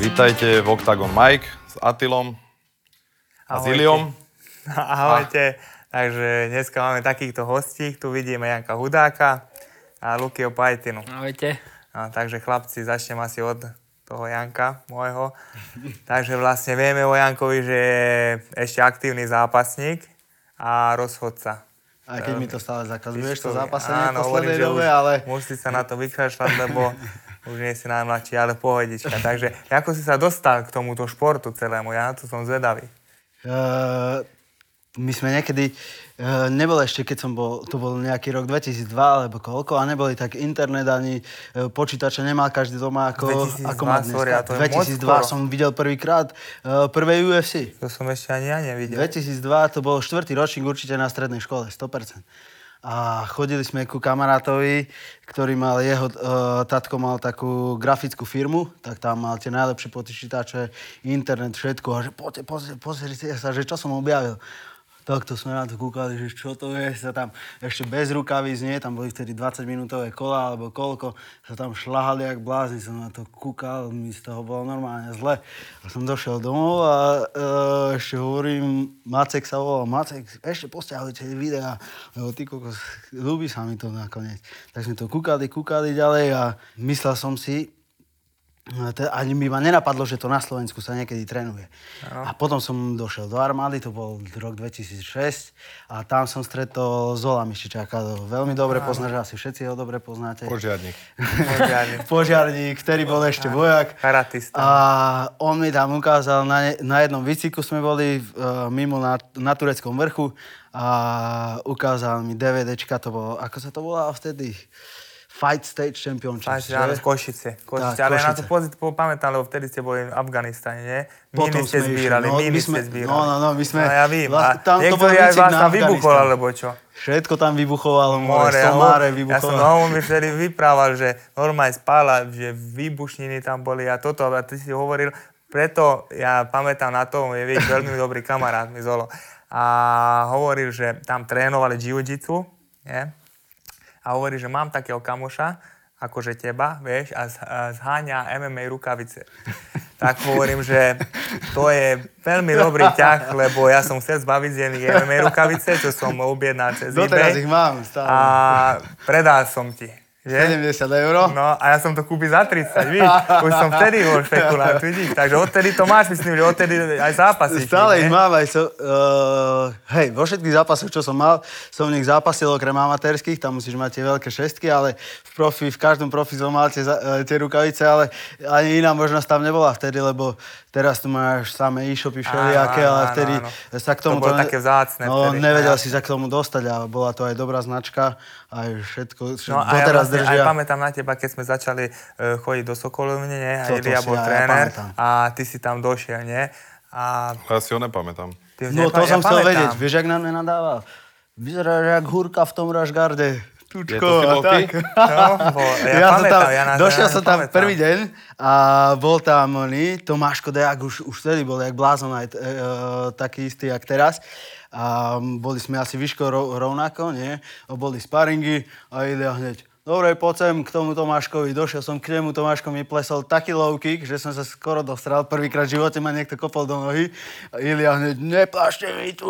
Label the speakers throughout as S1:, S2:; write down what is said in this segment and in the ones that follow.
S1: Vítajte v Octagon Mike s Atilom a s
S2: Ahojte.
S1: Iliom.
S2: Ahojte. Takže dneska máme takýchto hostí. Tu vidíme Janka Hudáka a Lukio Pajtinu.
S3: Ahojte.
S2: A, takže chlapci, začnem asi od toho Janka, môjho. Takže vlastne vieme o Jankovi, že je ešte aktívny zápasník a rozhodca.
S4: Aj keď mi to stále zakazuješ, to
S2: Pištovi.
S4: zápasenie v
S2: Áno,
S4: poslednej
S2: hovorím, že
S4: dobe,
S2: už
S4: ale
S2: Musí sa na to vykašľať, lebo už nie si najmladší, ale pohodička. Takže ako si sa dostal k tomuto športu celému? Ja na to som zvedavý.
S4: eh, my sme niekedy, eh, nebol ešte, keď som bol, to bol nejaký rok 2002 alebo koľko, a neboli tak internet ani eh, počítače, nemá každý doma ako,
S2: 2002,
S4: ako má
S2: sorry, a
S4: dneska.
S2: to je moc
S4: 2002
S2: skoro.
S4: som videl prvýkrát eh, prvé UFC.
S2: To som ešte ani ja nevidel.
S4: 2002 to bol štvrtý ročník určite na strednej škole, 100%. A chodili sme ku kamarátovi, ktorý mal jeho, e, tatko mal takú grafickú firmu, tak tam mal tie najlepšie počítače, internet, všetko. A že poďte, pozrite, pozrite sa, že čo som objavil. Takto sme na to kúkali, že čo to je, sa tam ešte bez rukavíc, nie, tam boli vtedy 20-minútové kola alebo koľko, sa tam šlahali jak blázni, som na to kúkal, mi z toho bolo normálne zle. A som došiel domov a e, ešte hovorím, Macek sa volal, Macek, ešte postiahujte videá, lebo ty kokos, ľúbi sa mi to nakoniec. Tak sme to kúkali, kúkali ďalej a myslel som si, No, to ani by ma nenapadlo, že to na Slovensku sa niekedy trénuje. A potom som došiel do armády, to bol rok 2006 a tam som stretol Zola Mišičáka. Veľmi dobre poznáš, asi všetci ho dobre poznáte.
S1: Požiadnik.
S2: Požiadnik.
S4: Požiarník, ktorý bol ešte vojak.
S2: Karatista.
S4: A on mi tam ukázal, na, ne- na jednom výciku sme boli v, eh, mimo na, na Tureckom vrchu a ukázal mi DVDčka, to bolo, ako sa to volalo vtedy? Fight Stage Championship.
S2: Máš ráno z Košice. Košice.
S4: Tak,
S2: ale ja na to
S4: Košice.
S2: pozit, po, pamätám, lebo vtedy ste boli v Afganistane, nie? Míny
S4: Potom
S2: ste
S4: sme išli,
S2: zbírali,
S4: no,
S2: míny
S4: my sme-
S2: ste zbírali.
S4: no, no, no, my sme-
S2: No, ja vím.
S4: vlast-
S2: tam to bol aj
S4: výcvik
S2: vás
S4: na
S2: tam vybuchol,
S4: Afganistan.
S2: alebo čo?
S4: Všetko tam vybuchovalo, more,
S2: ja,
S4: somáre
S2: ho- ja som,
S4: vybuchovalo.
S2: no, on mi vtedy vyprával, že normálne spala, že výbušniny tam boli a toto, a ty si hovoril, preto ja pamätám na to, on je vieš, veľmi dobrý kamarát mi Zolo. A hovoril, že tam trénovali jiu-jitsu, nie? a hovorí, že mám takého kamoša, akože teba, vieš, a, z, a zháňa MMA rukavice. Tak hovorím, že to je veľmi dobrý ťah, lebo ja som chcel zbaviť z jedných MMA rukavice, čo som objednal cez
S4: Doteraz
S2: eBay
S4: No, ich mám stále.
S2: a predal som ti. Že?
S4: 70 eur.
S2: No a ja som to kúpil za 30, víš? Už som vtedy bol špekulant, vidíš? Takže odtedy to máš, myslím, že odtedy aj zápasíš.
S4: Stále ich
S2: nie?
S4: mám aj... So, uh, hej, vo všetkých zápasoch, čo som mal, som v nich zápasil okrem amatérských, tam musíš mať tie veľké šestky, ale v profi, v každom profi som mal tie, za- e, tie rukavice, ale ani iná možnosť tam nebola vtedy, lebo teraz tu máš samé e-shopy všelijaké,
S2: áno,
S4: ale
S2: áno,
S4: vtedy
S2: áno.
S4: sa k tomu...
S2: To bolo také vzácne
S4: No,
S2: vtedy,
S4: nevedel
S2: áno.
S4: si sa k tomu dostať a bola to aj dobrá značka, aj všetko, všetko
S2: No a ja
S4: doteraz
S2: vlastne aj
S4: držia.
S2: pamätám na teba, keď sme začali e, chodiť do Sokolovne, nie? A
S4: Toto
S2: Ilia
S4: si
S2: bol
S4: ja
S2: tréner
S4: pamätám.
S2: a ty si tam došiel, nie? A
S1: Ja si ho nepamätám.
S2: ty
S4: No to
S2: nepa-
S4: som chcel
S2: pamätám.
S4: vedieť. Vieš, jak na mňa nadával? Vyzeráš jak húrka v tom ražgarde.
S1: Je
S4: Tučko
S1: to si
S4: a
S1: bol ty?
S4: tak.
S2: No, bo, ja, ja
S4: som
S2: pamätám,
S4: tam,
S2: ja na,
S4: došiel
S2: ja na-
S4: som tam
S2: pamätám.
S4: prvý deň a bol tam oný, Tomáško Dejak už, už vtedy bol jak blázon aj e, e, taký istý jak teraz. A boli sme asi výško ro, rovnako, nie? A boli sparingy a ide hneď. Dobre, poď sem k tomu Tomáškovi. Došiel som k nemu, Tomáško mi plesol taký low kick, že som sa skoro dostral. Prvýkrát v živote ma niekto kopol do nohy. A Ilia hneď, neplášte mi tu,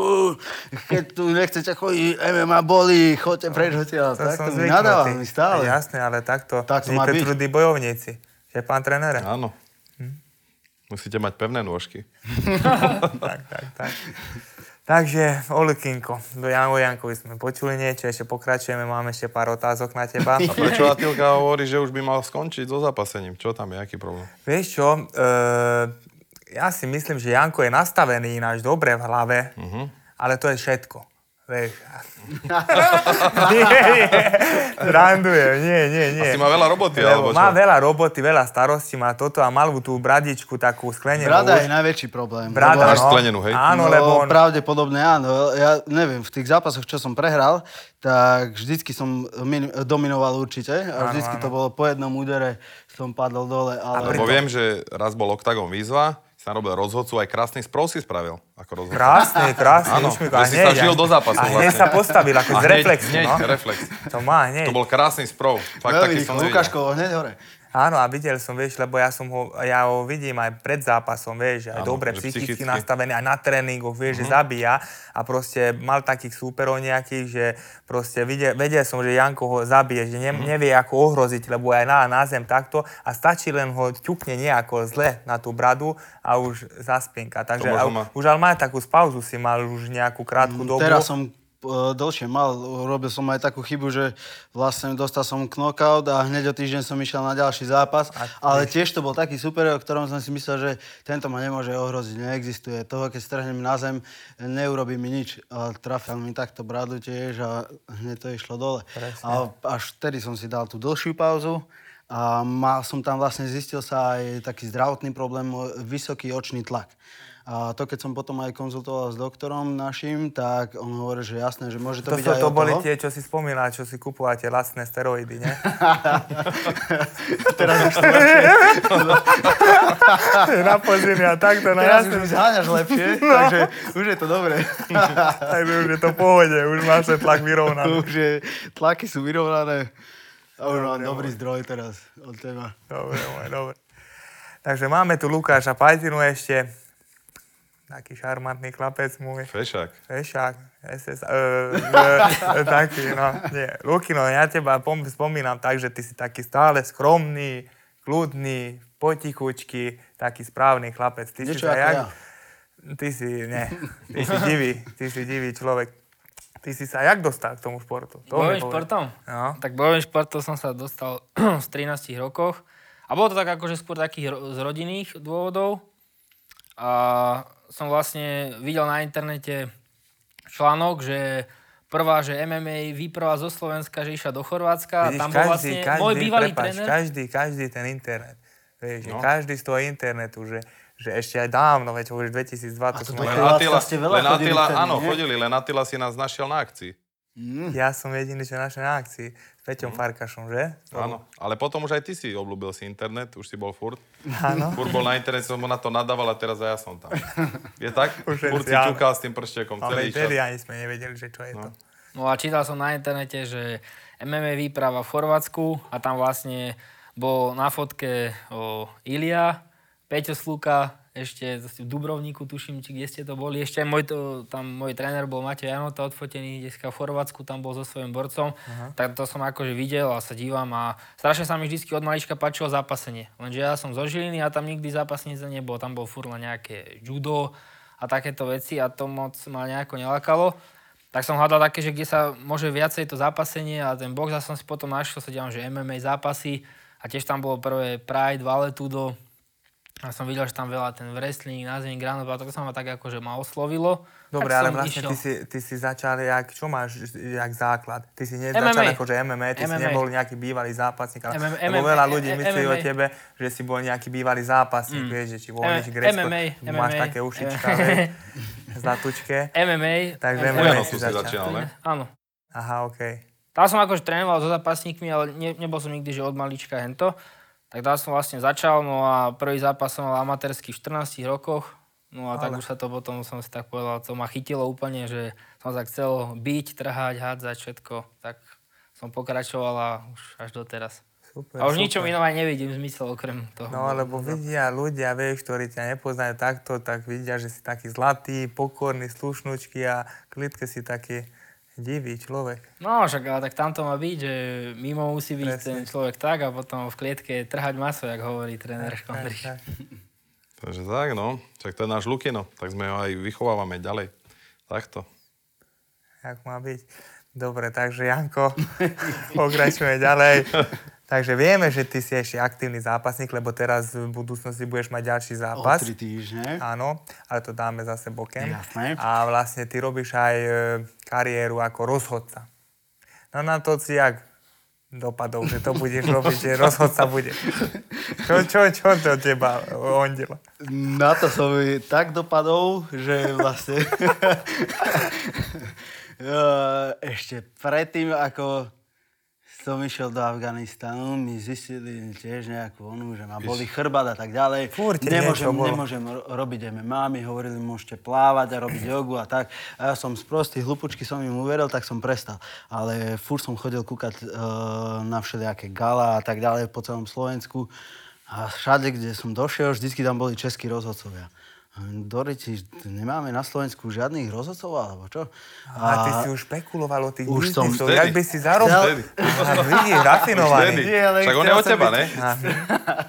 S4: keď tu nechcete chodiť, MMA boli, chodte preč, hoďte.
S2: To
S4: A Tak
S2: som
S4: to mi
S2: zvyknutý.
S4: nadával mi stále.
S2: Jasné, ale takto.
S4: Tak to má
S2: vznikli
S4: byť.
S2: trudí bojovníci. Že pán trénere?
S1: Áno.
S2: Hm?
S1: Musíte mať pevné nôžky.
S2: tak, tak, tak. Takže, Olikinko, do Jan- o Jankovi sme počuli niečo, ešte pokračujeme, máme ešte pár otázok na teba.
S1: A prečo Atilka hovorí, že už by mal skončiť so zápasením? Čo tam je, aký problém?
S2: Vieš čo, e, ja si myslím, že Janko je nastavený ináč dobre v hlave,
S1: Mhm.
S2: ale to je všetko. Vieš. nie, nie, randujem, nie, nie, nie.
S1: Asi má veľa roboty, alebo
S2: Lebo má
S1: čo?
S2: veľa roboty, veľa starostí, má toto a mal tú bradičku takú sklenenú.
S4: Brada je
S2: už.
S4: najväčší problém.
S2: Brada,
S1: Máš sklenenú, hej?
S2: Áno,
S4: no,
S2: lebo on...
S4: Pravdepodobne áno. Ja neviem, v tých zápasoch, čo som prehral, tak vždycky som min- dominoval určite a vždycky to bolo po jednom údere som padol dole, ale...
S1: Lebo viem, že raz bol Octagon výzva, si narobil rozhodcu, aj krásny sprov si spravil. ako rozhodca.
S2: Krásne, krásne.
S1: Áno,
S2: už mi-
S1: že
S2: a
S1: si
S2: hneď,
S1: sa žil
S2: a-
S1: do zápasu
S2: A
S1: vlastne.
S2: hneď sa postavil, ako z reflexu,
S1: hneď,
S2: no.
S1: reflex.
S2: To má hneď.
S1: To bol krásny sprov. Fakt
S4: Veľmi
S1: taký
S4: rýchlo.
S1: som nevidel.
S4: Lukáško, hneď hore.
S2: Áno, a videl som, vieš, lebo ja, som ho, ja ho vidím aj pred zápasom, vieš, aj
S1: Áno,
S2: dobre
S1: že
S2: psychicky,
S1: psychicky. Mhm.
S2: nastavený, aj na tréningoch, vieš, že zabíja a proste mal takých súperov nejakých, že proste videl, vedel som, že Janko ho zabije, že ne,
S1: Mhm.
S2: nevie ako ohroziť, lebo aj na, na zem takto a stačí len ho ťukne nejako zle na tú bradu a už zaspinka. Takže
S1: možno má. Mm,
S2: a, už ale má takú pauzu, si mal už nejakú krátku dobu.
S4: Mm, Teraz som e, dlhšie mal, robil som aj takú chybu, že vlastne dostal som knockout a hneď o týždeň som išiel na ďalší zápas, ale tiež to bol taký super, o ktorom som si myslel, že tento ma nemôže ohroziť, neexistuje. Toho, keď strhnem na zem, neurobí mi nič. A trafil mi takto bradu tiež a hneď to išlo dole. A až vtedy som si dal tú dlhšiu pauzu a mal som tam vlastne zistil sa aj taký zdravotný problém, e, vysoký očný tlak. A to, keď som potom aj konzultoval s doktorom našim, tak on hovorí, že jasné, že môže
S2: To,
S4: to, byť
S2: sú,
S4: aj
S2: to
S4: o
S2: boli
S4: toho.
S2: tie, čo si spomínal, čo si kupovate lacné steroidy, ne?
S4: Teraz už,
S2: na pozemia, takto, no na
S4: teraz
S2: jasné.
S4: už mi zháňaš lepšie, takže už je to dobré.
S2: Takže už je to v pohode, už má sa tlak vyrovnaný.
S4: už je, tlaky sú vyrovnané. A už mám dobrý zdroj teraz od teba.
S2: Dobre, môj, dobre. Takže máme tu Lukáša Pajtinu ešte. Taký šarmantný klapec môj.
S1: Fešák.
S2: Fešák, SS, e, e, taký, no, nie. Lukino, ja teba pom- spomínam tak, že ty si taký stále skromný, kľudný, potichučky, taký správny chlapec. Ty
S4: Niečo
S2: si sa
S4: ako
S2: jak-
S4: ja.
S2: Ty si, ne, ty si divý, ty si divý človek. Ty si sa jak dostal k tomu športu? To mi
S3: Bojovým
S2: povedz.
S3: športom?
S2: No.
S3: Tak bojovým športom som sa dostal v 13 rokoch. A bolo to tak akože skôr takých ro- z rodinných dôvodov. A som vlastne videl na internete článok, že prvá, že MMA výprava zo Slovenska, že išla do Chorvátska. a tam bol vlastne môj bývalý
S2: prepáč,
S3: tréner.
S2: Každý, každý ten internet. Vieš, no. každý z toho internetu, že, že ešte aj dávno, veď hovoríš 2020.
S4: A to
S2: som mal-
S4: tak-
S1: Len
S4: Chorvátska
S1: Attila,
S4: ste veľa
S1: len
S4: chodili
S1: Attila,
S4: vtedy,
S1: áno,
S4: nie?
S1: chodili, len Attila si nás našiel na akcii.
S2: Ja som jediný, čo našiel na akcii. S Peťom
S3: Mhm.
S2: Farkašom, že?
S3: No,
S1: Áno, ale potom už aj ty si obľúbil si internet, už si bol furt.
S2: Áno.
S1: Furt bol na internete, som mu na to nadával a teraz aj ja som tam. Je tak?
S2: Už je
S1: Furt si
S2: cieľ.
S1: ťukal s tým prštekom celý
S2: Ale vtedy
S1: čas.
S2: ani sme nevedeli, že čo je to.
S3: No a čítal som na internete, že MMA výprava v Chorvátsku a tam vlastne bol na fotke o Ilia, Peťo Sluka, ešte v Dubrovníku, tuším, či kde ste to boli. Ešte aj môj, to, tam môj tréner bol Matej Janota odfotený dneska v Chorvátsku, tam bol so svojím borcom. Aha. Tak to som akože videl a sa dívam a strašne sa mi vždycky od malička páčilo zápasenie. Lenže ja som zo Žiliny a tam nikdy zápasnice nebolo. Tam bol furt len nejaké judo a takéto veci a to moc ma nejako nelakalo tak som hľadal také, že kde sa môže viacej to zápasenie a ten box a som si potom našiel, sa dívam, že MMA zápasy a tiež tam bolo prvé Pride, Valetudo a som videl, že tam veľa ten wrestling, názvím Granov a to sa ma tak akože ma oslovilo.
S2: Dobre,
S3: tak
S2: ale
S3: som
S2: vlastne
S3: išiel.
S2: ty si, ty si začal, jak, čo máš jak základ? Ty si
S3: MMA.
S2: nezačal ako že MMA, ty si
S3: MMA.
S2: nebol nejaký bývalý zápasník, ale
S3: MMA,
S2: lebo veľa ľudí
S3: eh,
S2: myslí o
S3: MMA.
S2: tebe, že si bol nejaký bývalý zápasník, vieš, že či voľníš
S3: Eh,
S2: gresko,
S3: MMA,
S2: máš
S3: MMA,
S2: také ušička,
S3: eh.
S2: vieš, zlatučke.
S3: MMA.
S2: Takže
S3: eh,
S2: MMA.
S1: Ujano
S2: si
S1: tu si
S2: začal.
S1: začínal, ne?
S3: Áno.
S2: Aha, okej.
S3: Tam som akože trénoval so zápasníkmi, ale ne, nebol som nikdy, že od malička hento. Tak tam som vlastne začal, no a prvý zápas som mal amatérsky v 14 rokoch. No a tak už sa to potom, som si tak povedal, to ma chytilo úplne, že som sa chcel byť, trhať, hádzať, všetko. Tak som pokračoval a už až doteraz.
S2: Super,
S3: A už ničom inom aj nevidím zmysel okrem toho.
S2: No, lebo vidia ľudia, vieš, ktorí ťa nepoznajú takto, tak vidia, že si taký zlatý, pokorný, slušnučký a klidke si taký divý človek.
S3: No, však ale tak tam to má byť, že mimo musí byť
S2: Presne.
S3: ten človek tak a potom v klietke trhať maso, jak hovorí tréner Škondriš.
S2: tak.
S1: Takže tak, no. Však to je náš Lukino, tak sme ho aj vychovávame ďalej. Takto.
S2: Jak má byť. Dobre, takže Janko, pokračujeme ďalej. Takže vieme, že ty si ešte aktívny zápasník, lebo teraz v budúcnosti budeš mať ďalší
S4: O
S2: zápas.
S4: tri týždne.
S2: Áno, ale to dáme zase bokem.
S4: Jasné.
S2: A vlastne ty robíš aj e, kariéru ako rozhodca. No na to si jak dopadol, že to budeš robiť, že rozhodca bude. Čo, čo, čo to teba ondilo?
S4: Na to som tak dopadol, že vlastne... ešte predtým, ako som išiel do Afganistanu, mi zistili tiež nejakú onu, že ma boli chrbát a tak ďalej.
S2: Furt ti
S4: nemôžem,
S2: niečo bolo.
S4: nemôžem ro- robiť MMA, mi hovorili, môžete plávať a robiť jogu a tak. A ja som z prostých hlupučky som im uveril, tak som prestal. Ale furt som chodil kúkať eh, na všelijaké gala a tak ďalej po celom Slovensku. A všade, kde som došiel, vždycky tam boli českí rozhodcovia. Doriti, nemáme na Slovensku žiadnych rozhodcov, alebo čo?
S2: A ty si už špekuloval o tých
S4: Už som
S2: biznisoch,
S1: vtedy.
S2: jak by si
S1: Vtedy.
S2: zarobil. Aha, vidíš, rafinovaný.
S1: Vtedy.
S4: Nie, ale
S1: Však on
S4: chcel
S1: je od
S4: som
S1: teba,
S4: byť-
S1: ne?
S2: Á,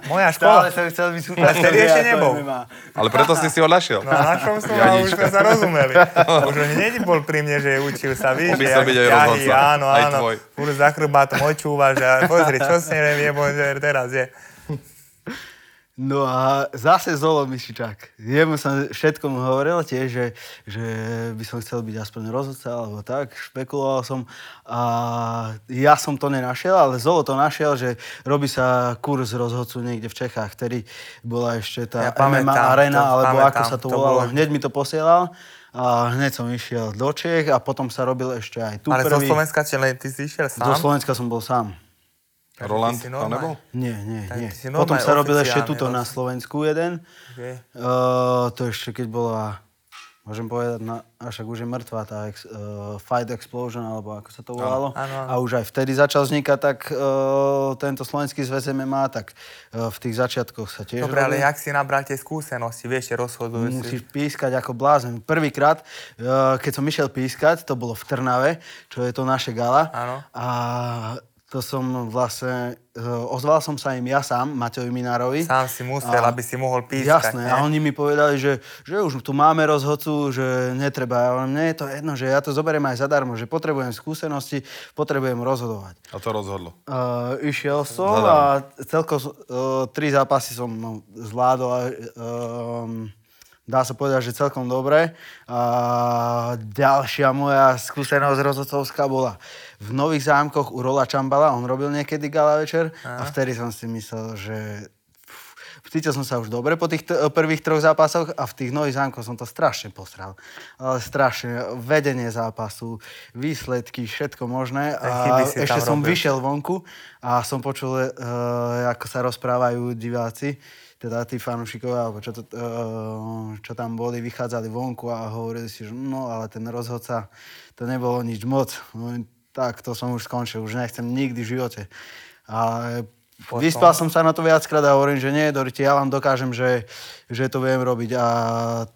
S2: Moja
S4: Stále
S2: škola.
S4: som chcel byť
S2: A vtedy ešte nebol.
S1: Ale preto si si ho našiel.
S2: No a na čom som a už sme sa rozumeli. Už hneď bol pri mne, že učil sa, víš,
S1: Pomyslel
S2: jak
S1: byť aj
S2: ťahy,
S1: rozhodca,
S2: áno,
S1: aj
S2: áno.
S1: tvoj.
S2: Fúr za chrbátom očúvaš a pozri, čo si nevie, že teraz je.
S4: No a zase Zolo Mišičák. Jemu som všetkom hovoril tiež, že, že by som chcel byť aspoň rozhodca alebo tak. Špekuloval som a ja som to nenašiel, ale Zolo to našiel, že robí sa kurz rozhodcu niekde v Čechách, ktorý bola ešte
S2: Ja
S4: tá
S2: pamätám,
S4: MMA arena,
S2: to
S4: alebo
S2: pamätám,
S4: ako sa to,
S2: to
S4: volalo.
S2: bolo-
S4: Hneď mi to posielal a hneď som išiel do Čech a potom sa robil ešte aj tu
S2: Ale zo
S4: prvý.
S2: Slovenska, či len ty si išiel
S4: Zo
S2: sám?
S4: Slovenska som bol sám.
S1: Roland
S2: si
S1: tam
S2: normál.
S1: nebol?
S4: Nie, nie,
S2: Tak
S4: nie.
S2: ty si
S4: Potom
S2: normálne
S4: sa robil
S2: oficiálne
S4: ešte tuto
S2: rozhodca.
S4: na Slovensku jeden.
S2: Že?
S4: Uh, to ešte keď bola, môžem povedať, na, a však už je mŕtva tá ex, uh, Fight Explosion, alebo ako sa to volalo.
S2: áno, áno.
S4: A už aj vtedy začal vznikať tak uh, tento slovenský zväz MMA, tak uh, v tých začiatkoch sa tiež
S2: Dobre, ale
S4: robil.
S2: jak si nabral tie skúsenosti, vieš, že rozhodujú si.
S4: Musíš pískať ako blázen. Prvýkrát, e, keď som išiel pískať, to bolo v Trnave, čo je to naše gala.
S2: Áno.
S4: A to som vlastne, e, ozval som sa im ja sám, Mateovi Minárovi.
S2: Sám si musel, aby si mohol pískať. ne?
S4: Jasné, a oni mi povedali, že, že už tu máme rozhodcu, že netreba. Ja hovorím, nie je to jedno, že ja to zoberiem aj zadarmo, že potrebujem skúsenosti, potrebujem rozhodovať.
S1: A to rozhodlo.
S4: Uh, išiel som
S1: Zadarmo.
S4: a celkom uh, tri zápasy som no, zvládol a um, dá sa povedať, že celkom dobre. A ďalšia moja skúsenosť rozhodcovská bola v Nových zámkoch u Rola Čambala, on robil niekedy gala večer a vtedy som si myslel, že pf, Cítil som sa už dobre po tých t- eh, prvých troch zápasoch a v tých nových zámkoch som to strašne posral. Ale strašne. Vedenie zápasu, výsledky, všetko možné.
S2: Aj chyby
S4: A
S2: si
S4: ešte
S2: tam
S4: som
S2: robil.
S4: vyšiel vonku a som počul, uh, ako sa rozprávajú diváci, teda tí fanúšikovia, alebo čo, to, eh, čo tam boli, vychádzali vonku a hovorili si, že no, ale ten rozhodca, to nebolo nič moc. Hovorím, Tak, to som už skončil, už nechcem nikdy v živote. A
S2: Potom?
S4: vyspal som sa na to viackrát a hovorím, že nie, Doriti, ja vám dokážem, že, že to viem robiť. A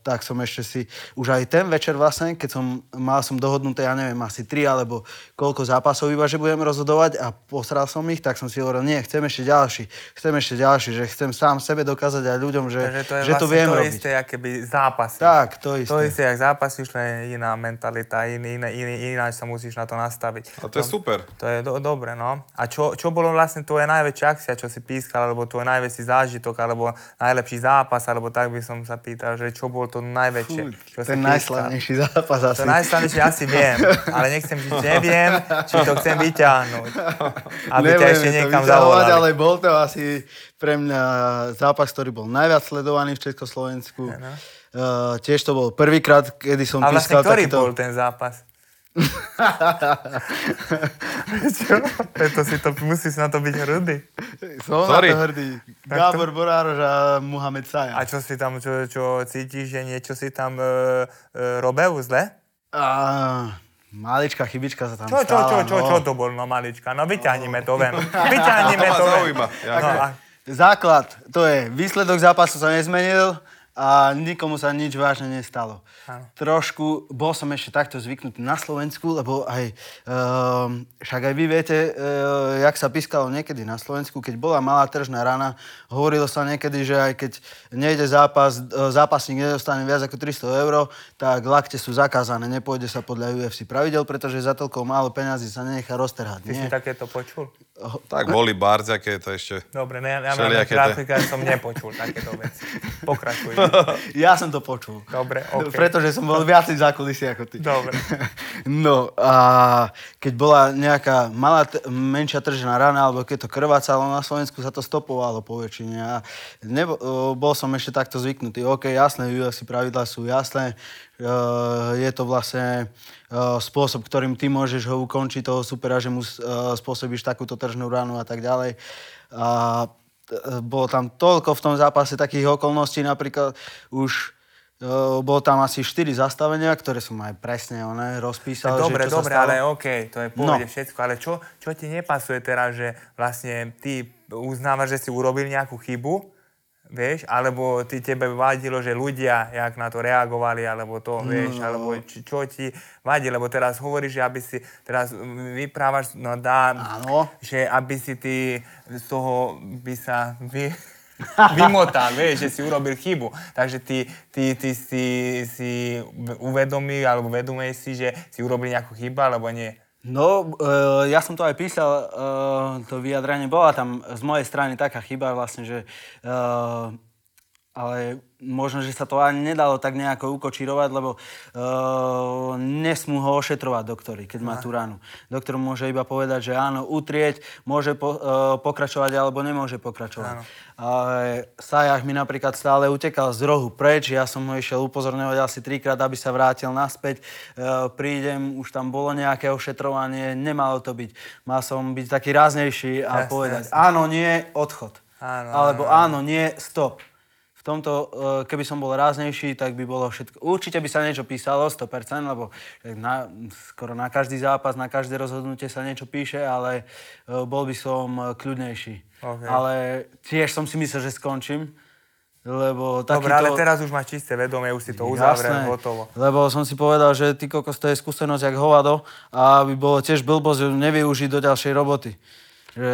S4: tak som ešte si, už aj ten večer vlastne, keď som, mal som dohodnuté, ja neviem, asi tri alebo koľko zápasov iba, že budem rozhodovať a posral som ich, tak som si hovoril, nie, chcem ešte ďalší, chcem ešte ďalší, že chcem sám sebe dokázať aj ľuďom, že,
S2: Takže to je
S4: že to
S2: vlastne
S4: viem
S2: to
S4: robiť.
S2: isté, aké by zápasy.
S4: Tak, to isté.
S2: To isté, jak zápasíš, len iná mentalita, iný, iný, iný, ináč sa musíš na to nastaviť. No,
S1: A to je super.
S2: To je do, dobre, no. A čo, čo bolo vlastne tvoje najväčšia akcia, čo si pískal, alebo tvoj najväčší zážitok, alebo najlepší zápas, alebo tak by som sa pýtal, že čo bolo to najväčšie, čo si
S4: Ten
S2: pískal?
S4: najslavnejší zápas asi.
S2: To najslavnejšie asi viem, ale nechcem žiť, neviem, či to chcem vyťahnuť. Aby ťa
S4: Nebudeme
S2: ešte
S4: to
S2: niekam
S4: vyťahovať,
S2: zavolali.
S4: Ale bol to asi pre mňa zápas, ktorý bol najviac sledovaný v Československu.
S2: Áno.
S4: Uh, tiež to bol prvýkrát, kedy som
S2: A vlastne
S4: pískal
S2: ktorý
S4: takýto...
S2: bol ten zápas? Čo? Preto si to, musíš na to byť hrdý.
S4: Som
S1: Sorry.
S4: na to hrdý. Gábor Borároš a Mohamed Saja.
S2: A čo si tam, čo, čo cítiš, že niečo si tam e, e, robil zle?
S4: A... Maličká chybička sa tam
S2: Čo, čo, čo,
S4: stala.
S2: čo,
S4: no.
S2: čo to bol, no malička, no vyťahnime to ven.
S1: To
S2: Vyťahnime
S1: ma
S2: to ven.
S1: zaujíma, ja.
S2: No, a,
S4: Základ, to je, výsledok zápasu sa nezmenil a nikomu sa nič vážne nestalo.
S2: Áno.
S4: Trošku, bol som ešte takto zvyknutý na Slovensku, lebo aj, um, však aj vy viete, uh, jak sa pískalo niekedy na Slovensku, keď bola malá tržná rana, hovorilo sa niekedy, že aj keď nejde zápas, eh, zápasník nedostane viac ako 300 eur, tak lakte sú zakázané, nepôjde sa podľa UFC pravidel, pretože za toľko málo peňazí sa nenechá roztrhať.
S2: ty si
S4: Nie.
S2: takéto počul?
S1: Tak boli barziaké, to ešte...
S2: Dobre, ne, ja mám
S1: Všelijaké tie-
S2: grafika, som nepočul takéto veci. Pokračuj.
S4: ja som to počul.
S2: Dobre, OK.
S4: Pretože som bol viacej v zákulisí ako ty.
S2: Dobre.
S4: No a keď bola nejaká malá, t- menšia tržená rana, alebo keď to krvácalo na Slovensku, sa to stopovalo po väčšine. A nebo, o, bol som ešte takto zvyknutý. OK, jasné, UFC pravidlá sú jasné. E, je to vlastne e, spôsob, ktorým ty môžeš ho ukončiť, toho supera, že mu s- e, spôsobíš takúto tržnú ranu a tak ďalej. A t- e, bolo tam toľko v tom zápase takých okolností, napríklad už Uh, bolo tam asi 4 zastavenia, ktoré som aj presne one, rozpísal.
S2: Dobre,
S4: že čo
S2: dobre,
S4: sa stalo.
S2: ale OK, to je v pohode
S4: No.
S2: všetko. Ale čo, čo ti nepasuje teraz, že vlastne ty uznávaš, že si urobil nejakú chybu, vieš, alebo ty tebe vadilo, že ľudia, jak na to reagovali, alebo to,
S4: No.
S2: vieš, alebo či, čo ti vadí, lebo teraz hovoríš, že aby si, teraz mm, vyprávaš, no dá,
S4: Áno.
S2: že aby si ty z toho by sa vy, vymotal, vieš, že si urobil chybu. Takže ty, ty, ty si, si uvedomí alebo vedomej si, že si urobil nejakú chybu alebo nie.
S4: No, e, ja som to aj písal, e, to vyjadranie. Bola tam z mojej strany taká chyba vlastne, že... E, ale možno, že sa to ani nedalo tak nejako ukočírovať, lebo e, nesmú ho ošetrovať doktori, keď má tú ranu. Doktor môže iba povedať, že áno, utrieť, môže po, e, pokračovať alebo nemôže pokračovať. Ale Sajach mi napríklad stále utekal z rohu preč, ja som ho išiel upozorňovať asi trikrát, aby sa vrátil naspäť. E, prídem, už tam bolo nejaké ošetrovanie, nemalo to byť. Mal som byť taký ráznejší a
S2: Jasné,
S4: povedať áno, nie, odchod.
S2: Áno,
S4: alebo áno, nie, stop. V tomto, e, keby som bol ráznejší, tak by bolo všetko. Určite by sa niečo písalo, 100%, lebo tak na, skoro na každý zápas, na každé rozhodnutie sa niečo píše, ale e, bol by som e, kľudnejší.
S2: OK.
S4: Ale tiež som si myslel, že skončím, lebo takýto...
S2: Dobre, ale teraz už máš čisté vedomie, už si to uzavrel, hotovo.
S4: Lebo som si povedal, že ty kokos, to je skúsenosť jak hovado a by bolo tiež blbosť ju nevyužiť do ďalšej roboty. Že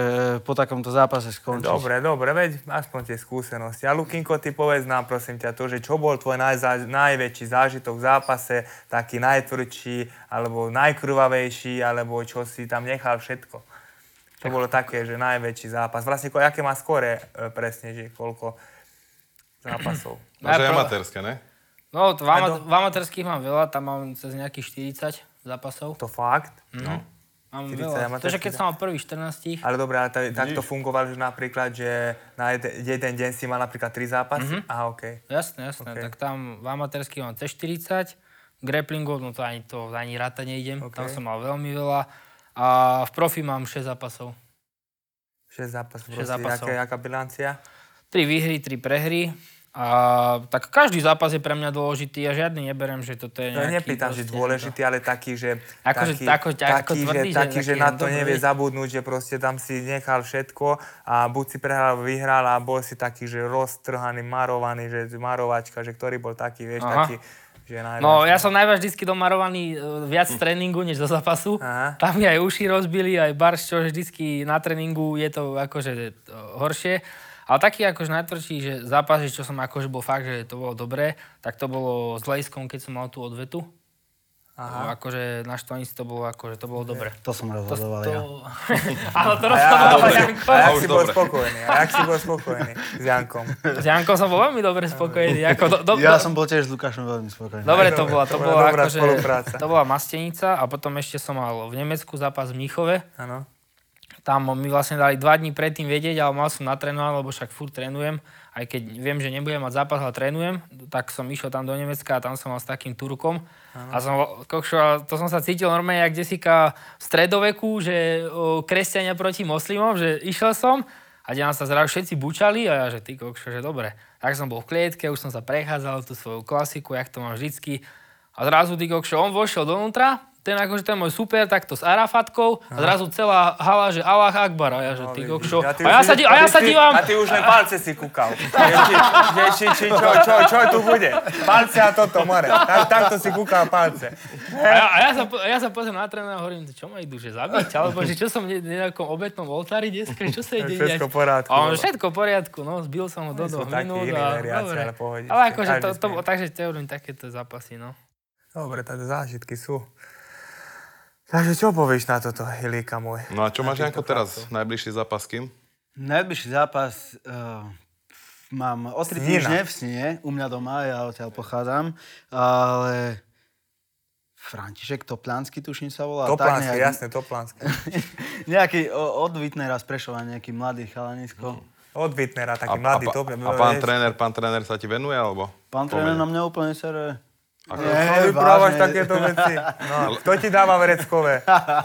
S4: po takomto zápase skončiť.
S2: Dobre, dobre, veď aspoň tie skúsenosti. A Lukinko, ty povedz nám, prosím ťa, to, že čo bol tvoj najza- najväčší zážitok v zápase, taký najtvrdší, alebo najkrvavejší, alebo čo si tam nechal všetko. To bolo také, že najväčší zápas. Vlastne, ko- aké má skore e, presne, že koľko zápasov?
S1: Takže
S3: Najprv-
S1: amatérske, ne?
S3: No, v, ama- v amatérských mám veľa, tam mám cez nejakých 40 zápasov.
S2: To fakt.
S1: No.
S3: Mám
S2: 40
S3: veľa. To, že
S2: amatérských
S3: keď som mal prvých 14,
S2: Ale dobre, ale tak, tak to fungovalo, že napríklad, že na jeden, jeden deň si mal napríklad tri zápasy?
S3: Mhm.
S2: Mm-hmm. Aha, okej.
S3: Jasné, jasné.
S2: OK.
S3: Okay. Tak tam v amatérských mám cez 40, grapplingov, no to ani to ani rata nejdem,
S2: OK.
S3: okay. tam som mal veľmi veľa. A v profi mám 6 zápasov.
S2: 6 zápasov.
S3: Šesť
S2: proste,
S3: zápasov.
S2: Jaká, jaká bilancia?
S3: 3 výhry, 3 prehry. A tak každý zápas je pre mňa dôležitý a žiadny neberem, že toto je
S2: No
S3: nejaký...
S2: nepýtam, že
S3: proste
S2: dôležitý, ale taký, že...
S3: Ako, že
S2: taký,
S3: tako- ako
S2: taký, že,
S3: tvrdý, že
S2: taký, že
S3: taký
S2: na
S3: je
S2: to
S3: dobrý.
S2: nevie zabudnúť, že proste tam si nechal všetko a buď si prehral, vyhral a bol si taký, že roztrhaný, marovaný, že marovačka, že ktorý bol taký, vieš,
S3: Aha.
S2: taký, že najviac.
S3: No, ja som najviac vždycky domarovaný e, viac z tréningu, než zo zápasu.
S2: Aha.
S3: Tam mi aj uši rozbili, aj barš, čo vždycky na tréningu je to akože e, horšie. Ale taký akože najtvrdší, že zápas, že čo som akože bol fakt, že to bolo dobré, tak to bolo s Lejskom, keď som mal tú odvetu. Aha. Akože na Štvanici to bolo akože, to bolo dobre.
S4: To som rozhodoval
S3: To...
S4: ja.
S3: Áno,
S2: A, ja,
S3: to rozhodoval
S2: dobre.
S3: Janko.
S2: a
S1: A
S2: jak
S1: už
S2: si bol
S1: dobre.
S2: spokojný, a jak si bol spokojný s Jankom.
S3: S Jankom som bol veľmi dobre spokojný. Ako, do, do,
S4: Ja som bol tiež s Lukášom veľmi spokojný.
S3: Dobre
S2: Aj
S3: to
S2: dobre,
S3: bola, to
S2: to bola
S3: bola
S2: dobrá
S3: akože,
S2: spolupráca.
S3: to bola Mastenica a potom ešte som mal v Nemecku zápas v Mníchove.
S2: Áno.
S3: Tam mi vlastne dali dva dní predtým vedieť, ale mal som natrénovať, lebo však furt trénujem. Aj keď viem, že nebudem mať zápas, ale trénujem, tak som išiel tam do Nemecka a tam som mal s takým Turkom. A som, kokšo, a to som sa cítil normálne, jak desika v stredoveku, že o, kresťania proti moslimom, že išiel som a tam sa zrazu všetci bučali a ja, že ty kokšo, že dobre. Tak som bol v klietke, už som sa prechádzal tú svoju klasiku, jak to mám vždycky. A zrazu ty kokšo, on vošiel donútra, ten akože ten môj super, takto s Arafatkou a zrazu celá hala, že Allah Akbar a ja, že ty kokšo.
S2: A, No, ty
S3: A ja
S2: už
S3: sa,
S2: ide-
S3: di- a ja
S2: ty-
S3: sa
S2: ty-
S3: dívam,
S2: A ty už len palce si kúkal. Že či, že či, či, čo, čo, čo tu bude? Palce a toto, more. Tak, takto si kúkal palce.
S3: a ja, a ja sa, po- a ja sa pozriem na trénera a hovorím, čo ma idú, že zabiť? Alebo že čo som ne- na nejakom obetnom oltári dneska, čo sa ide
S2: Všetko
S3: diať?
S2: v poriadku,
S3: A on,
S2: bolo.
S3: všetko v poriadku, no, zbil som ho do
S2: sú
S3: dvoch
S2: takí
S3: minút.
S2: iní
S3: A,
S2: veriaci,
S3: dobre.
S2: ale pohodičke,
S3: ale akože to,
S2: každý
S3: to,
S2: sme-
S3: takže to hovorím, takéto zápasy, no.
S2: Dobre, tak zážitky sú. Takže čo povieš na toto, Hilíka môj?
S1: No a čo máš, Janko, teraz? Najbližší zápas s kým?
S4: Najbližší zápas, uh, mám o tri
S2: Snina.
S4: týždne v Snine, u mňa doma, ja odtiaľ pochádzam, ale František Toplánsky, tuším sa volá.
S2: Toplánsky,
S4: nejak-
S2: jasne, Toplánsky.
S4: nejaký o- od Vitnera z Prešova, nejaký mladý
S2: Mm.
S4: chalanisko.
S2: Od Wittnera,
S1: A, a,
S2: taký mladý, no,
S1: pa-
S2: top.
S1: a pán tréner, pán tréner sa ti venuje, alebo?
S4: Pán tréner na mňa úplne sere.
S1: Ako-
S2: Čo No, vyprávaš takéto veci? No, kto ti dáva vreckové? No,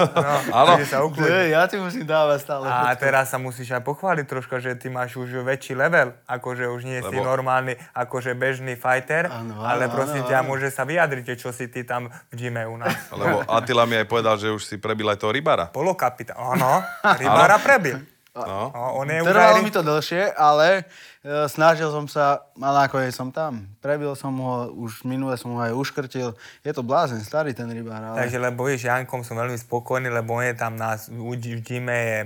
S1: Áno.
S2: takže sa ukludni.
S4: Nie, ja ti musím dávať stále.
S2: A teraz sa musíš aj pochváliť troška, že ty máš už väčší level, akože už nie si
S1: Lebo-
S2: normálny, akože bežný fighter,
S4: Áno, áno,
S2: ale prosím
S4: áno,
S2: ťa,
S4: áno.
S2: môže sa vyjadriť, čo si ty tam v gyme u nás.
S1: Lebo Attila mi aj povedal, že už si prebil aj toho rybára.
S2: Polokapitán, áno, rybára prebil.
S1: No.
S2: No, on je už aj
S4: Trvalo
S2: ryb...
S4: mi to dlhšie, ale e, snažil som sa, ale nakoniec som tam. Prebil som ho, už minule som ho aj uškrtil. Je to blázen, starý ten rybár, ale...
S2: Takže lebo je s Jankom som veľmi spokojný, lebo on je tam nás u- v gyme, je,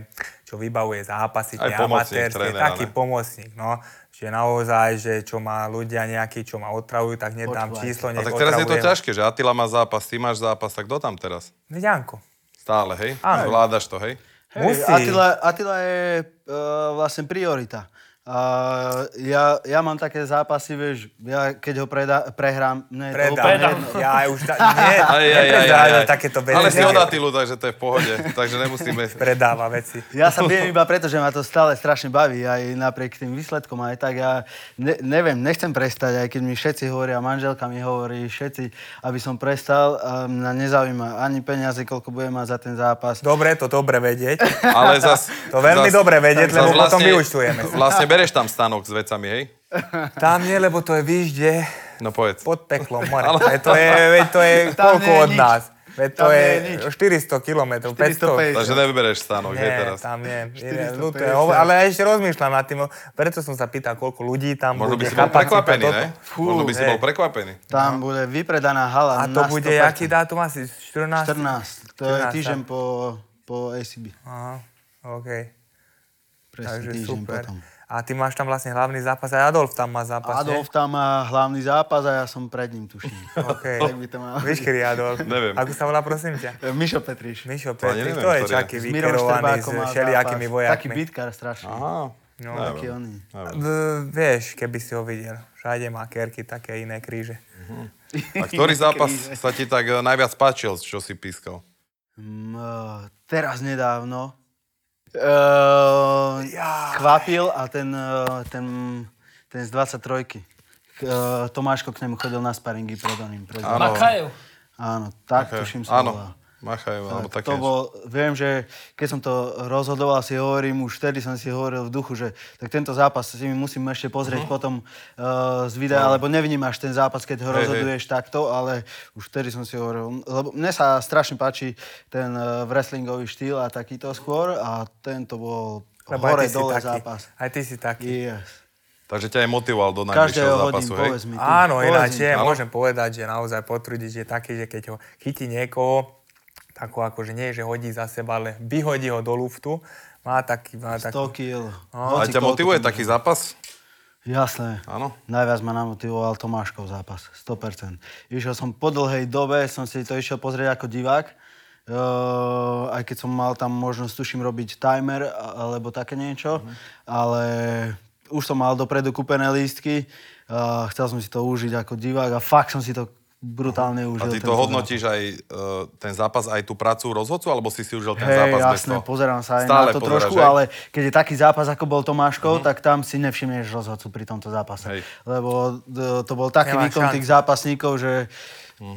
S2: čo vybavuje zápasy,
S1: Aj
S2: tie
S1: pomocník
S2: amatérske,
S1: trénera,
S2: taký
S1: ne?
S2: pomocník, no. Že naozaj, že čo má ľudia nejakí, čo ma otravujú, tak hneď dám
S4: Počúvaj.
S2: číslo,
S1: A
S2: nech
S1: tak teraz je to
S2: otravujem.
S1: ťažké, že Attila má zápas, ty máš zápas, tak kto tam teraz?
S2: No, Janko.
S1: Stále, hej?
S2: Áno.
S1: Zvládaš to, hej?
S4: Hej,
S2: Musí.
S4: Atila, Atila je e, vlastne priorita. A ja, ja mám také zápasy, vieš, ja keď ho preda, prehrám, mne je to
S2: Predám.
S4: úplne
S2: Predám.
S4: jedno.
S2: Ja aj už... Ta, nie,
S1: Aj, aj, aj, aj,
S2: nepredávam
S1: aj.
S2: takéto veci.
S1: Ale si od Attilu, takže to je v pohode. Takže nemusíme...
S2: Predáva veci.
S4: Ja sa bijem iba preto, že ma to stále strašne baví, aj napriek tým výsledkom, aj tak ja ne, neviem, nechcem prestať, aj keď mi všetci hovoria, manželka mi hovorí, všetci, aby som prestal, a mňa nezaujíma ani peniaze, koľko budem mať za ten zápas.
S2: Dobre, to dobre vedieť.
S1: Ale zas,
S2: To veľmi
S1: zas-
S2: dobre vedieť,
S1: zas
S2: lebo potom vyúčtujeme.
S1: Vlastne bereš tam stanok s vecami, hej?
S2: Tam nie, lebo to je výžde
S1: No povedz.
S2: pod peklom. more. Veď to je, veď to je
S4: Tam
S2: koľko
S4: nie je
S2: od
S4: nič.
S2: nás. Veď to
S4: Tam nie
S2: je
S4: je nič.
S2: 400 kilometrov, 500.
S4: 450.
S1: Takže nevybereš stanok, hej,
S2: Nie,
S1: teraz.
S2: tam nie. nie
S4: 450.
S2: no to je, hovor- ale ešte rozmýšľam nad tým, preto som sa pýtal, koľko ľudí tam
S1: Možno by
S2: bude.
S1: si bol
S2: kapacita,
S1: prekvapený,
S2: toto.
S1: ne?
S2: Fú,
S1: Možno by si
S2: hej.
S1: bol prekvapený.
S4: Tam bude vypredaná hala
S2: no. A to
S4: na
S2: bude,
S4: 100%.
S2: aký dátum asi? 14?
S4: 14, to je
S2: 14,
S4: týždeň po, po ACB.
S2: Aha, OK.
S4: Presne
S2: Takže
S4: týždeň
S2: super.
S4: potom.
S2: A ty máš tam vlastne hlavný zápas, aj Adolf tam má zápas,
S4: Adolf tam má hlavný zápas a ja som pred ním, tuším.
S2: nie? OK.
S4: Tak by to malo
S2: Víš,
S4: byť.
S2: kedy Adolf?
S1: Neviem.
S2: Ako sa volá, prosím ťa?
S4: E, Mišo Petriš.
S2: Mišo
S1: To ja
S2: Petri,
S1: neviem,
S2: to je
S1: ktorý je.
S2: čaký
S4: S
S2: vykerovaný
S4: Mirom
S2: s
S4: Štrbákom má
S2: všelijakými
S4: zápas. Taký
S2: vojakmi.
S4: bitkár strašný.
S1: Aha,
S2: No,
S4: Taký
S1: neviem.
S4: oný.
S2: V- Vieš, keby si ho videl. Všade má kerky, také iné kríže.
S1: A ktorý zápas sa ti tak e, najviac páčil, čo si pískal?
S4: Mm, eh, teraz nedávno uh, kvapil a ten, eh, ten, ten z 23 uh, Tomáško k nemu chodil na sparingy pred oným. Pred
S1: Áno.
S3: Makajev.
S4: Áno, tak tuším sa volá.
S1: Áno, Machajú, alebo
S4: Tak,
S1: také.
S4: to
S1: niečo.
S4: bol, viem, že keď som to rozhodoval, si hovorím, už vtedy som si hovoril v duchu, že tak tento zápas si mi musím ešte
S1: Mhm.
S4: pozrieť potom uh, z videa, lebo nevnímaš ten zápas, keď ho
S1: No. Hej, hej.
S4: rozhoduješ takto, ale už vtedy som si hovoril, lebo mne sa strašne páči ten uh, wrestlingový štýl a takýto skôr a tento bol
S2: Lebo aj ty si
S4: hore-dole
S2: taký.
S4: zápas.
S2: Aj ty si taký.
S4: Yes.
S1: Takže ťa aj motivoval do najbližšieho
S4: Každého hodím,
S1: zápasu, hej?
S4: povedz mi. ty.
S2: Áno,
S4: Povedz
S2: ináč
S4: mi.
S2: je,
S1: áno.
S2: môžem povedať, že naozaj potvrdiť je taký, že keď ho chytí niekoho, tak ho akože nie, že hodí za seba, ale vyhodí ho do luftu, má taký... Má taký
S4: 100 kg.
S1: No. A ťa motivuje taký zápas?
S4: Jasné.
S1: Áno.
S4: Najviac ma namotivoval Tomáškov zápas, 100%. Išiel som po dlhej dobe, som si to išiel pozrieť ako divák, Uh, aj keď som mal tam možnosť, tuším, robiť timer a- alebo také niečo, ale už som mal dopredu kúpené lístky, uh, chcel som si to užiť ako divák a fakt som si to brutálne
S1: A
S4: užil.
S1: ty
S4: tento
S1: to
S4: zápas.
S1: hodnotíš aj e, ten zápas, aj tú prácu rozhodcu, alebo si si užil ten
S4: Hej,
S1: zápas bez
S4: jasné,
S1: toho?
S4: pozerám sa aj
S1: Stále
S4: na to
S1: pozeráš,
S4: trošku,
S1: hej? Mhm.
S4: ale keď je taký zápas, ako bol Tomáškov, tak tam si nevšimneš rozhodcu pri tomto zápase.
S1: Hej.
S4: Lebo d- to bol taký
S2: Nemá
S4: výkon
S2: šancu.
S4: tých zápasníkov, že
S1: Mhm.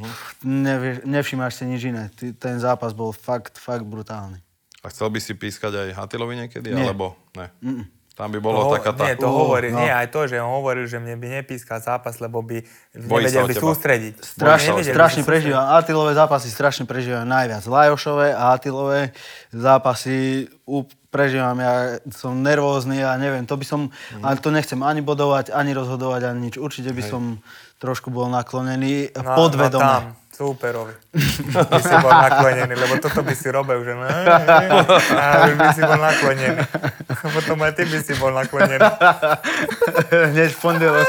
S4: nevie- nevšimáš si nič iné. Ty- Ten zápas bol fakt, fakt brutálny.
S1: A chcel by si pískať aj Hatilovi niekedy,
S4: Nie.
S1: alebo ne? Tam by bolo
S2: ho-
S1: taká tá...
S2: Nie, to
S4: Ó,
S2: hovorí,
S4: no.
S2: nie, aj to, že on hovoril, že mne by nepískal zápas, lebo by
S1: Bojí sa o
S2: nevedel by
S1: teba.
S2: sústrediť.
S4: Strašne,
S2: Nevedel by
S4: strašne
S2: sa sústrediť.
S4: prežívam. Atilové zápasy strašne prežívam najviac. Lajošové a Atilové zápasy ú- prežívam. Ja som nervózny a neviem, to by som,
S2: Mm.
S4: ale to nechcem ani bodovať, ani rozhodovať, ani nič. Určite by som trošku bol
S2: No, No,
S4: naklonený
S2: tam,
S4: podvedome.
S2: súperovi. By si bol naklonený, lebo toto by si robil, že no, ne, ne, a už by si bol naklonený. Potom aj ty by si bol naklonený.
S4: Hneď v pondelok.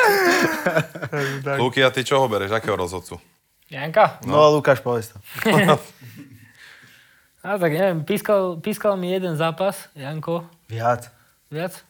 S1: Luky, a ty čoho bereš? Akého rozhodcu?
S3: Janka?
S4: No, no Lukáš, povedz to.
S3: A tak neviem, pískal, pískal mi jeden zápas, Janko,
S4: Viac.
S3: viac?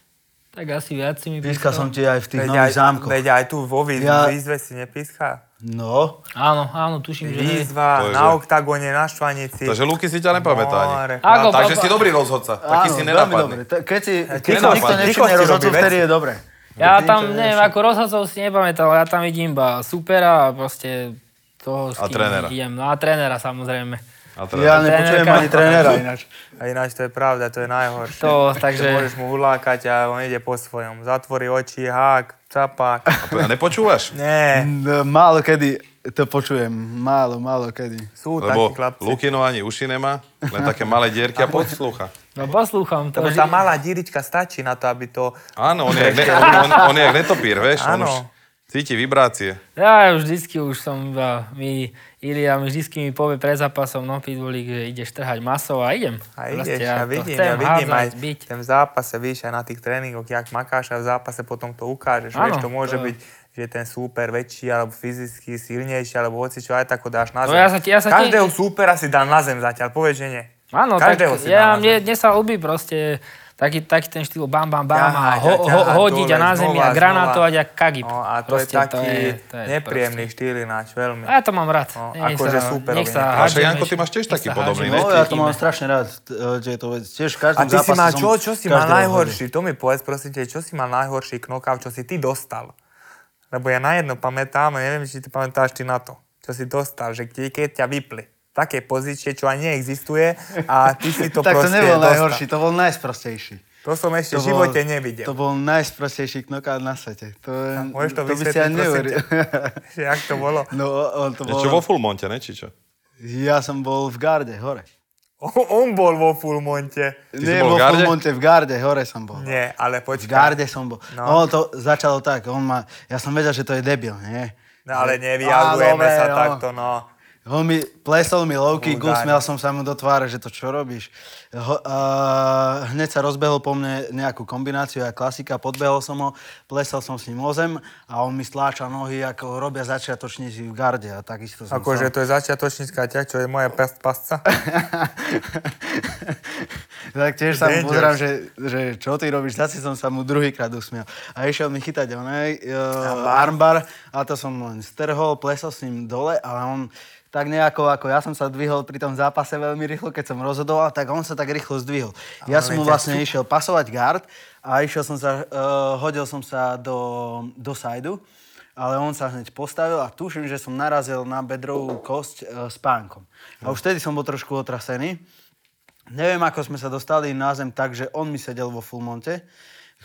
S3: To Tak asi viac si mi
S4: Pískal som ti aj v tých
S2: No. Veď aj,
S4: nových zámkoch.
S2: veď aj tu vo výzve,
S4: Ja-
S2: ja... výzve si nepíska.
S4: No,
S3: Áno, áno, tuším, že... hej.
S1: To je
S2: Výzva na
S1: zle.
S2: oktagone, na štvanici.
S1: Takže Luky si ťa nepamätá ani.
S2: More.
S3: Ako,
S1: Takže
S3: papa-
S1: si dobrý rozhodca, taký si
S4: veľmi
S1: nenapadný.
S4: dobre. To- Keď si keď
S1: nenapadne.
S4: nikto nevšimne
S2: Ticho si
S4: rozhodcu,
S2: robí
S4: vtedy
S2: veci.
S4: je dobre.
S3: Ja
S4: Keď
S3: tam,
S4: nikto
S3: neviem, ako rozhodcov si nepamätal, ja tam vidím iba supera a proste toho, s
S1: A
S3: kým
S1: trénera.
S3: idem. No a trénera samozrejme.
S1: A
S4: nevšimne. Ja
S1: teda,
S4: nepočujem
S3: Trénerka.
S4: ani trénera ináč.
S2: A ináč to je pravda, to je najhoršie.
S3: To,
S2: Že
S3: takže...
S2: môžeš mu hulákať a on ide po svojom. Zatvorí oči, hák, čapák.
S1: a nepočúvaš?
S2: Nie,
S4: No, Málo kedy to počujem. Málo, málo kedy.
S2: sú takí
S1: Lebo
S2: chlapci.
S1: Lukino ani uši nemá, len také malé dierky a podslúcha.
S3: No poslúcham to.
S2: Lebo
S3: že-
S2: tá malá dírička stačí na to, aby to...
S1: Áno, on je, jak ne, on, on, on je jak netopír, vieš, on
S2: Áno.
S1: už cíti vibrácie.
S3: Ja vždycky už som iba, mi, Ilia mi vždycky mi povie pred zápasom, no pitbulík, že ideš trhať maso a idem.
S2: A
S3: Proste
S2: ideš,
S3: ja
S2: ja
S3: to
S2: vidím,
S3: chcem
S2: ja vidím aj
S3: hádzať, byť.
S2: v tom zápase, víš, aj na tých tréningoch, jak makáš a v zápase potom to ukážeš.
S3: Áno,
S2: vieš, to môže
S3: to-
S2: byť, že je ten súper väčší, alebo fyzicky silnejší, alebo hoci čo aj tak ho dáš na
S3: No
S2: zem.
S3: ja sa ti- ja sa ti-
S2: Každého súpera si dá na zem zatiaľ, povedz, že nie.
S3: Áno, tak
S2: Každého si dá
S3: ja,
S2: na
S3: mne,
S2: zem.
S3: mne sa ľubí proste taký, taký ten štýl bam, bam, bam
S2: Ťahať
S3: a ho,
S2: a
S3: ho,
S2: ťahať
S3: hodiť a
S2: dole,
S3: na zemi
S2: znova,
S3: a granátovať
S2: znova.
S3: a kagib.
S2: No a to
S3: Proste
S2: je taký
S3: to je
S2: nepríjemný štýl ináč, veľmi.
S3: proste- A ja to mám rád.
S2: No,
S3: Nech
S2: akože
S3: sa-
S2: súperovi
S3: nech sa
S2: nepríjemný.
S1: A však,
S3: hádžeme,
S1: Janko, ty máš tiež
S3: nech
S1: taký
S3: sa
S1: podobný, ne?
S3: hádžeme.
S4: No, ja to mám strašne rád, t- e, že je to vec. Tiež v
S2: A
S4: každom
S2: ty si
S4: zápase
S2: mal,
S4: som
S2: čo, čo si mal
S4: každého
S2: najhorší? To mi povedz, prosím te, čo si mal najhorší knockout, čo si ty dostal? Lebo ja na jedno pamätám, a neviem, či ty pamätáš ty na to, čo si dostal, že keď, keď ťa vypli. Také pozície, čo ani neexistuje a ty si to
S4: hodil. Tak to
S2: proste
S4: nebol
S2: dostal.
S4: najhorší, to bol najsprostejší.
S2: To som ešte
S4: To
S2: v živote nevidel.
S4: To bol najsprostejší knockout na svete. To, je,
S2: A môžeš to
S4: to by si
S2: vysvetliť,
S4: ani
S2: prosím
S4: neuveril.
S2: Že jak to bolo?
S4: No, on to
S1: Niečo vo
S4: bol...
S1: Fulmonte, ne? Či čo?
S4: Ja som bol v garde, hore.
S2: On, on bol vo Fulmonte.
S1: Ty si
S4: Nie,
S1: bol v
S4: vo
S1: garde?
S4: Fulmonte, v garde, hore som bol.
S2: Nie, ale
S4: V
S2: počkaj.
S4: garde som bol.
S2: No.
S4: No. to začalo tak, on ma, ja som vedel, že to je debil, nie?
S2: No, ale nevyjadrujeme
S4: Á, dobre,
S2: sa
S4: no.
S2: takto, no.
S4: On mi plesol mi lovky,
S2: Vulgárne.
S4: gusmial som sa mu do tváre, že to čo robíš. Ho, a, hneď sa rozbehol po mne nejakú kombináciu a klasika, podbehol som ho, plesal som s ním o zem a on mi stláča nohy, ako robia začiatočníci v garde a takisto som
S2: Akože
S4: sa-
S2: to je začiatočnícka ťah, čo je moja pas- pasca.
S4: tak tiež sa mu
S2: Dangerous.
S4: pozerám, že, že čo ty robíš, zase som sa mu druhýkrát usmial. A išiel mi chytať onej uh, armbar a to som len strhol, plesol s ním dole, ale on tak nejako, ako ja som sa dvihol pri tom zápase veľmi rýchlo, keď som rozhodoval, tak on sa tak rýchlo zdvihol. Ja som mu vlastne išiel pasovať guard a išiel som sa, uh, hodil som sa do, do sajdu, ale on sa hneď postavil a tuším, že som narazil na bedrovú kosť uh, s pánkom. A už vtedy som bol trošku otrasený. Neviem, ako sme sa dostali na zem tak, že on mi sedel vo Fulmonte.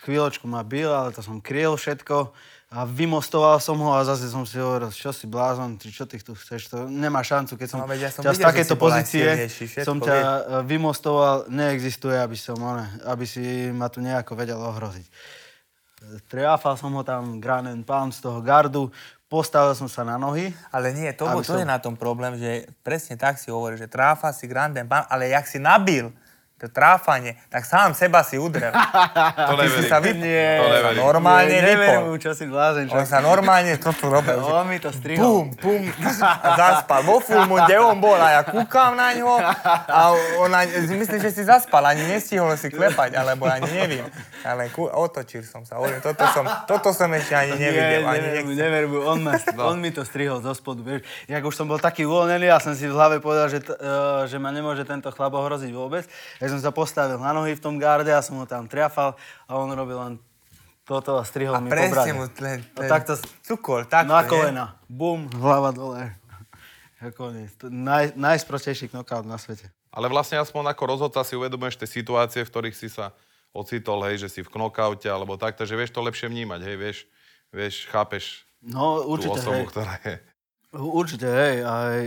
S4: Chvíľočku ma bil, ale to som kryl všetko a vymostoval som ho a zase som si hovoril, čo si blázon, ty čo ty tu chceš, to nemá šancu, keď
S2: No,
S4: som,
S2: veď ja som
S4: ťa z
S2: videl, že si bol
S4: takéto
S2: aj
S4: pozície
S2: silnejší, všetko,
S4: som ťa e, vymostoval, neexistuje, aby, som, one, aby si ma tu nejako vedel ohroziť. E, Triafal som ho tam, ground and pound z toho gardu, postavil som sa na nohy.
S2: Ale nie, to, bol,
S4: Aby
S2: to
S4: som-
S2: je na tom problém, že presne tak si hovorí, že tráfa si grandem pán, ale jak si nabil to tráfanie, tak sám seba si udrel.
S1: To
S2: Ty si sa vypol.
S1: to
S4: Nie,
S2: sa
S1: neverím.
S2: normálne
S4: Ne- neverím,
S2: vypol.
S4: čo si blázen. čo
S2: On sa normálne toto robil. že
S4: On mi to strihol.
S2: Pum, pum, a zaspal. Vo filmu, kde on bol a ja kúkam na ňo a on ani, myslím, že si zaspal, ani nestihol si klepať, alebo ani neviem. Ale ku, otočil som sa, hovorím, toto som, toto som ešte ani nevidel, ani
S4: never,
S2: nechcel.
S4: never, on, ma, on mi to strihol zo spodu, vieš. Jak už som bol taký uvoľnený, ja som si v hlave povedal, že, t- eh, že ma nemôže tento chlap ohroziť vôbec. Ja som sa postavil na nohy v tom garde a som ho tam triafal a on robil len toto a strihol
S2: A
S4: mi po brade.
S2: presne mu ten,
S4: No
S2: ten
S4: takto,
S2: cukol, takto,
S4: na
S2: nie?
S4: kolena. Bum, hlava dole. A koniec. To Naj, najsprostejší knockout na svete.
S1: Ale vlastne aspoň ako rozhodca si uvedomuješ tie situácie, v ktorých si sa ocitol, hej, že si v knokaute alebo tak, takže vieš to lepšie vnímať, hej, vieš, vieš, chápeš
S4: No,
S1: tú
S4: určite,
S1: osobu,
S4: hej.
S1: ktorá je.
S4: Určite, hej. Aj,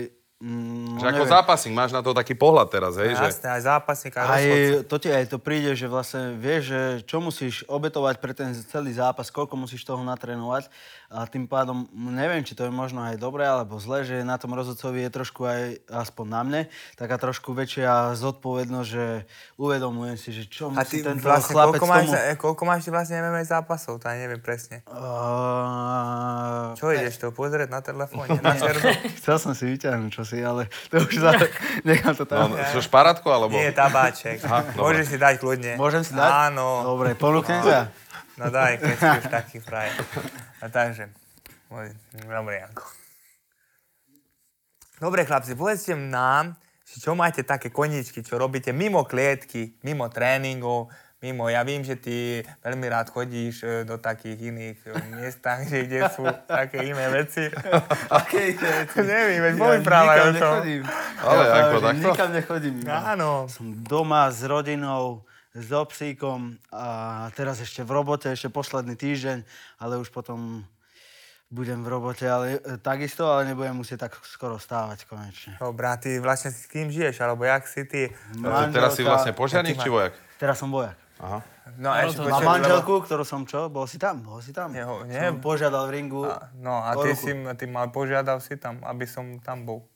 S4: mm, no
S1: Že ako
S4: neviem.
S1: zápasník máš na to taký pohľad teraz, hej, že
S2: Jasné, aj zápasník, aj
S4: Aj
S2: rozhodca.
S4: to ti aj to príde, že vlastne vieš, že čo musíš obetovať pre ten celý zápas, koľko musíš toho natrénovať a tým pádom m, neviem, či to je možno aj dobré alebo zle, že na tom rozhodcovi je trošku aj, aspoň na mne, taká trošku väčšia zodpovednosť, že uvedomujem si, že čo
S2: A ty
S4: musí tento
S2: vlastne,
S4: chlapec
S2: koľko máš,
S4: tomu...
S2: za- koľko máš ty vlastne MMA zápasov, to ja neviem presne.
S4: Uh,
S2: Čo ideš to pozrieť na telefóne, na černo?
S4: Chcel som si vyťahnuť čosi, ale to už za... nechám to tam.
S1: no, so šparátko alebo...
S2: Nie, tabáček.
S1: Aha, dobre.
S2: Môžeš si dať kľudne.
S4: no. Môžem si dať?
S2: Áno.
S4: Dobre, ponúknem sa.
S2: No daj, keď si už taký frajer. A takže, môj, dobre, Janko. Dobre, chlapci, povedzte nám, že čo máte také koničky, čo robíte mimo klietky, mimo tréningov, mimo, ja vím, že ty veľmi rád chodíš e, do takých iných e, miestach, že kde sú také iné veci.
S5: Aké je to?
S2: Neviem, veď boli práve
S5: nikam
S2: o tom.
S5: nechodím.
S1: Ale
S5: ja
S1: ako
S5: práve, že
S1: takto?
S5: Nikam nechodím. no. iba.
S2: Áno.
S4: Som doma s rodinou, s so psíkom a teraz ešte v robote, ešte posledný týždeň, ale už potom budem v robote, ale e, takisto, ale nebudem musieť tak skoro stávať konečne.
S2: Dobrá, ty vlastne s kým žiješ, alebo jak si ty?
S1: A Teraz si vlastne požiarník či vojak?
S4: Teraz som vojak.
S1: Aha.
S2: No a ešte
S4: Mám
S2: počujem, lebo-
S4: manželku, ktorú som čo? Bol si tam? Bol si tam?
S2: Nie, ho- nie.
S4: Som požiadal v ringu.
S2: A- No a
S4: o
S2: ty
S4: ruku.
S2: si, ma- ty ma požiadal si tam, aby som tam bol.